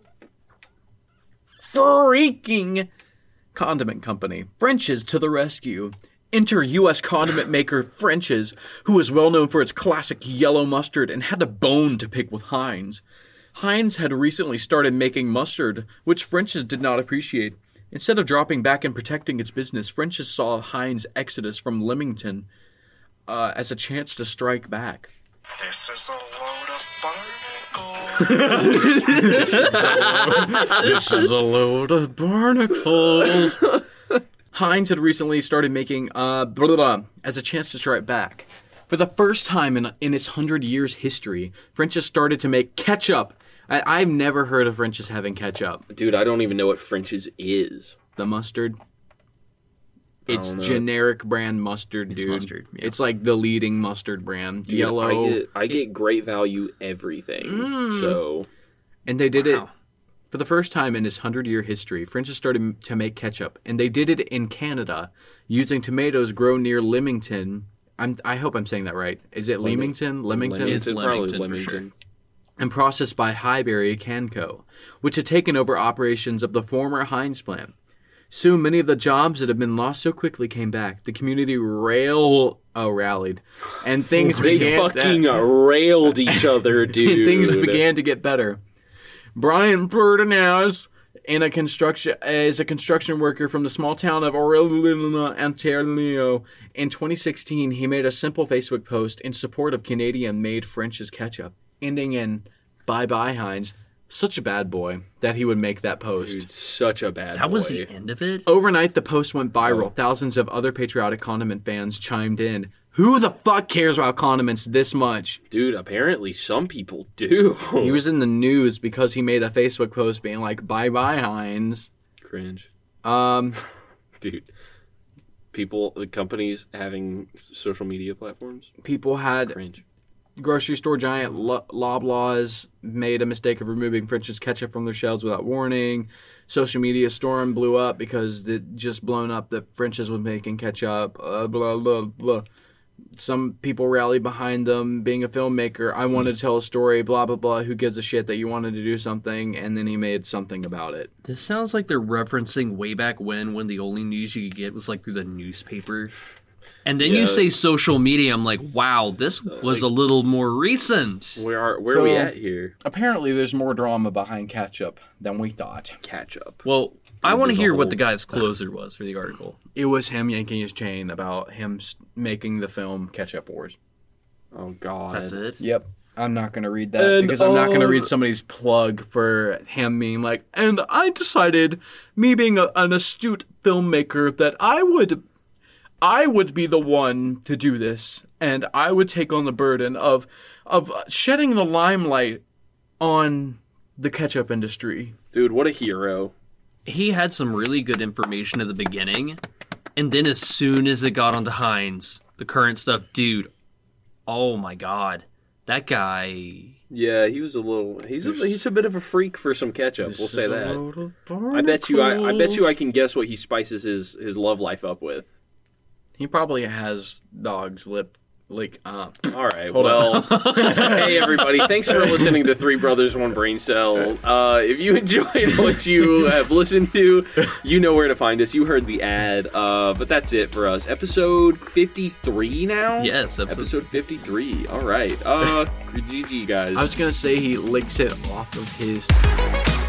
Speaker 4: freaking condiment company, French's to the rescue. Enter U.S. condiment maker French's, who is well known for its classic yellow mustard and had a bone to pick with Heinz. Heinz had recently started making mustard, which French's did not appreciate. Instead of dropping back and protecting its business, French's saw Heinz' exodus from Leamington uh, as a chance to strike back.
Speaker 6: This is a load of barnacles.
Speaker 4: this is a load of barnacles. Heinz had recently started making uh, blah, blah, blah, as a chance to strike back. For the first time in, in its hundred years history, French's started to make ketchup. I, I've never heard of French's having ketchup.
Speaker 3: Dude, I don't even know what French's is.
Speaker 4: The mustard. It's
Speaker 3: don't know.
Speaker 4: generic brand mustard, dude.
Speaker 2: mustard, yeah.
Speaker 4: It's like the leading mustard brand,
Speaker 3: Dude,
Speaker 4: yellow.
Speaker 3: I
Speaker 4: Mm.
Speaker 3: get, I get great value everything. So
Speaker 4: And they did it for the first time in its 100 year history. French's started m- to make ketchup, and they did it in Canada using tomatoes grown near Leamington. I'm, I hope I'm saying that right. Is it Leamington? Leamington?
Speaker 2: It's Leamington for
Speaker 4: And processed by Highbury Canco, which had taken over operations of the former Heinz plant. Soon, many of the jobs that had been lost so quickly came back. The community rail, oh, rallied, and things
Speaker 3: They
Speaker 4: began.
Speaker 3: fucking railed each other, dude.
Speaker 4: things began to get better. Brian Ferdinaz in a construction is a construction worker from the small town of Aurelina, Ontario. In 2016, he made a simple Facebook post in support of Canadian-made French's ketchup, ending in "Bye bye Heinz." Such a bad boy that he would make that post.
Speaker 3: Dude, such a bad.
Speaker 2: That was
Speaker 3: boy.
Speaker 2: the end of it.
Speaker 4: Overnight, the post went viral.
Speaker 3: Oh.
Speaker 4: Thousands of other patriotic condiment fans chimed in. Who the fuck cares about condiments this much?
Speaker 3: dude. Apparently, some people do.
Speaker 4: He was in the news because he made a Facebook post being like, "Bye bye Heinz."
Speaker 3: cringe,
Speaker 4: Um,
Speaker 3: dude. People, companies having s- social media platforms,
Speaker 4: people had
Speaker 3: cringe.
Speaker 4: grocery store giant Lo- Loblaws made a mistake of removing French's ketchup from their shelves without warning. Social media storm blew up because it just blown up that French's was making ketchup. Uh, blah blah blah. Some people rallied behind them. Being a filmmaker, I wanted to tell a story. Blah blah blah. Who gives a shit that you wanted to do something and then he made something about it?
Speaker 2: This sounds like they're referencing way back when, when the only news you could get was like through the newspaper. And then you say social media. I'm like, wow, this
Speaker 1: Uh,
Speaker 2: was a little more recent.
Speaker 1: Where are where
Speaker 4: So-
Speaker 1: are we at here?
Speaker 4: Apparently, there's more drama behind ketchup than we thought.
Speaker 1: Catch up.
Speaker 2: Well, I want to
Speaker 1: there's a
Speaker 2: hear what
Speaker 1: whole-
Speaker 2: the guy's closer was for the article.
Speaker 4: It was him yanking his chain about him s- making the film Ketchup Wars.
Speaker 1: Oh God.
Speaker 2: That's it.
Speaker 4: Yep. I'm not going to read that
Speaker 7: And
Speaker 4: because I'm not going to
Speaker 7: on-
Speaker 4: read somebody's plug for him being like, and I decided, me being a, an astute filmmaker, that I would. I would be the one to do this, and I would take on the burden of of shedding the limelight on the ketchup industry.
Speaker 1: Dude, what a hero.
Speaker 2: He had some really good information at the beginning, and then as soon as it got onto Heinz, the current stuff, dude. Oh my god, that guy.
Speaker 1: Yeah, he was a little. He's a, he's a bit of a freak for some ketchup. we'll say that. I
Speaker 4: I
Speaker 1: bet you. I, I bet you. I can guess what he spices his his love life up with.
Speaker 4: He probably has dog's lip like up.
Speaker 1: All right.
Speaker 4: on.
Speaker 1: well, hey everybody, thanks for listening to Three Brothers One Brain Cell. Uh, if you enjoyed what you have listened to, you know where to find us. You heard the ad, uh, but that's it for us. Episode fifty three now.
Speaker 2: Yes, episode.
Speaker 1: Episode fifty three. All right. Uh, GG guys.
Speaker 4: I was gonna say he licks it off of his
Speaker 8: Thank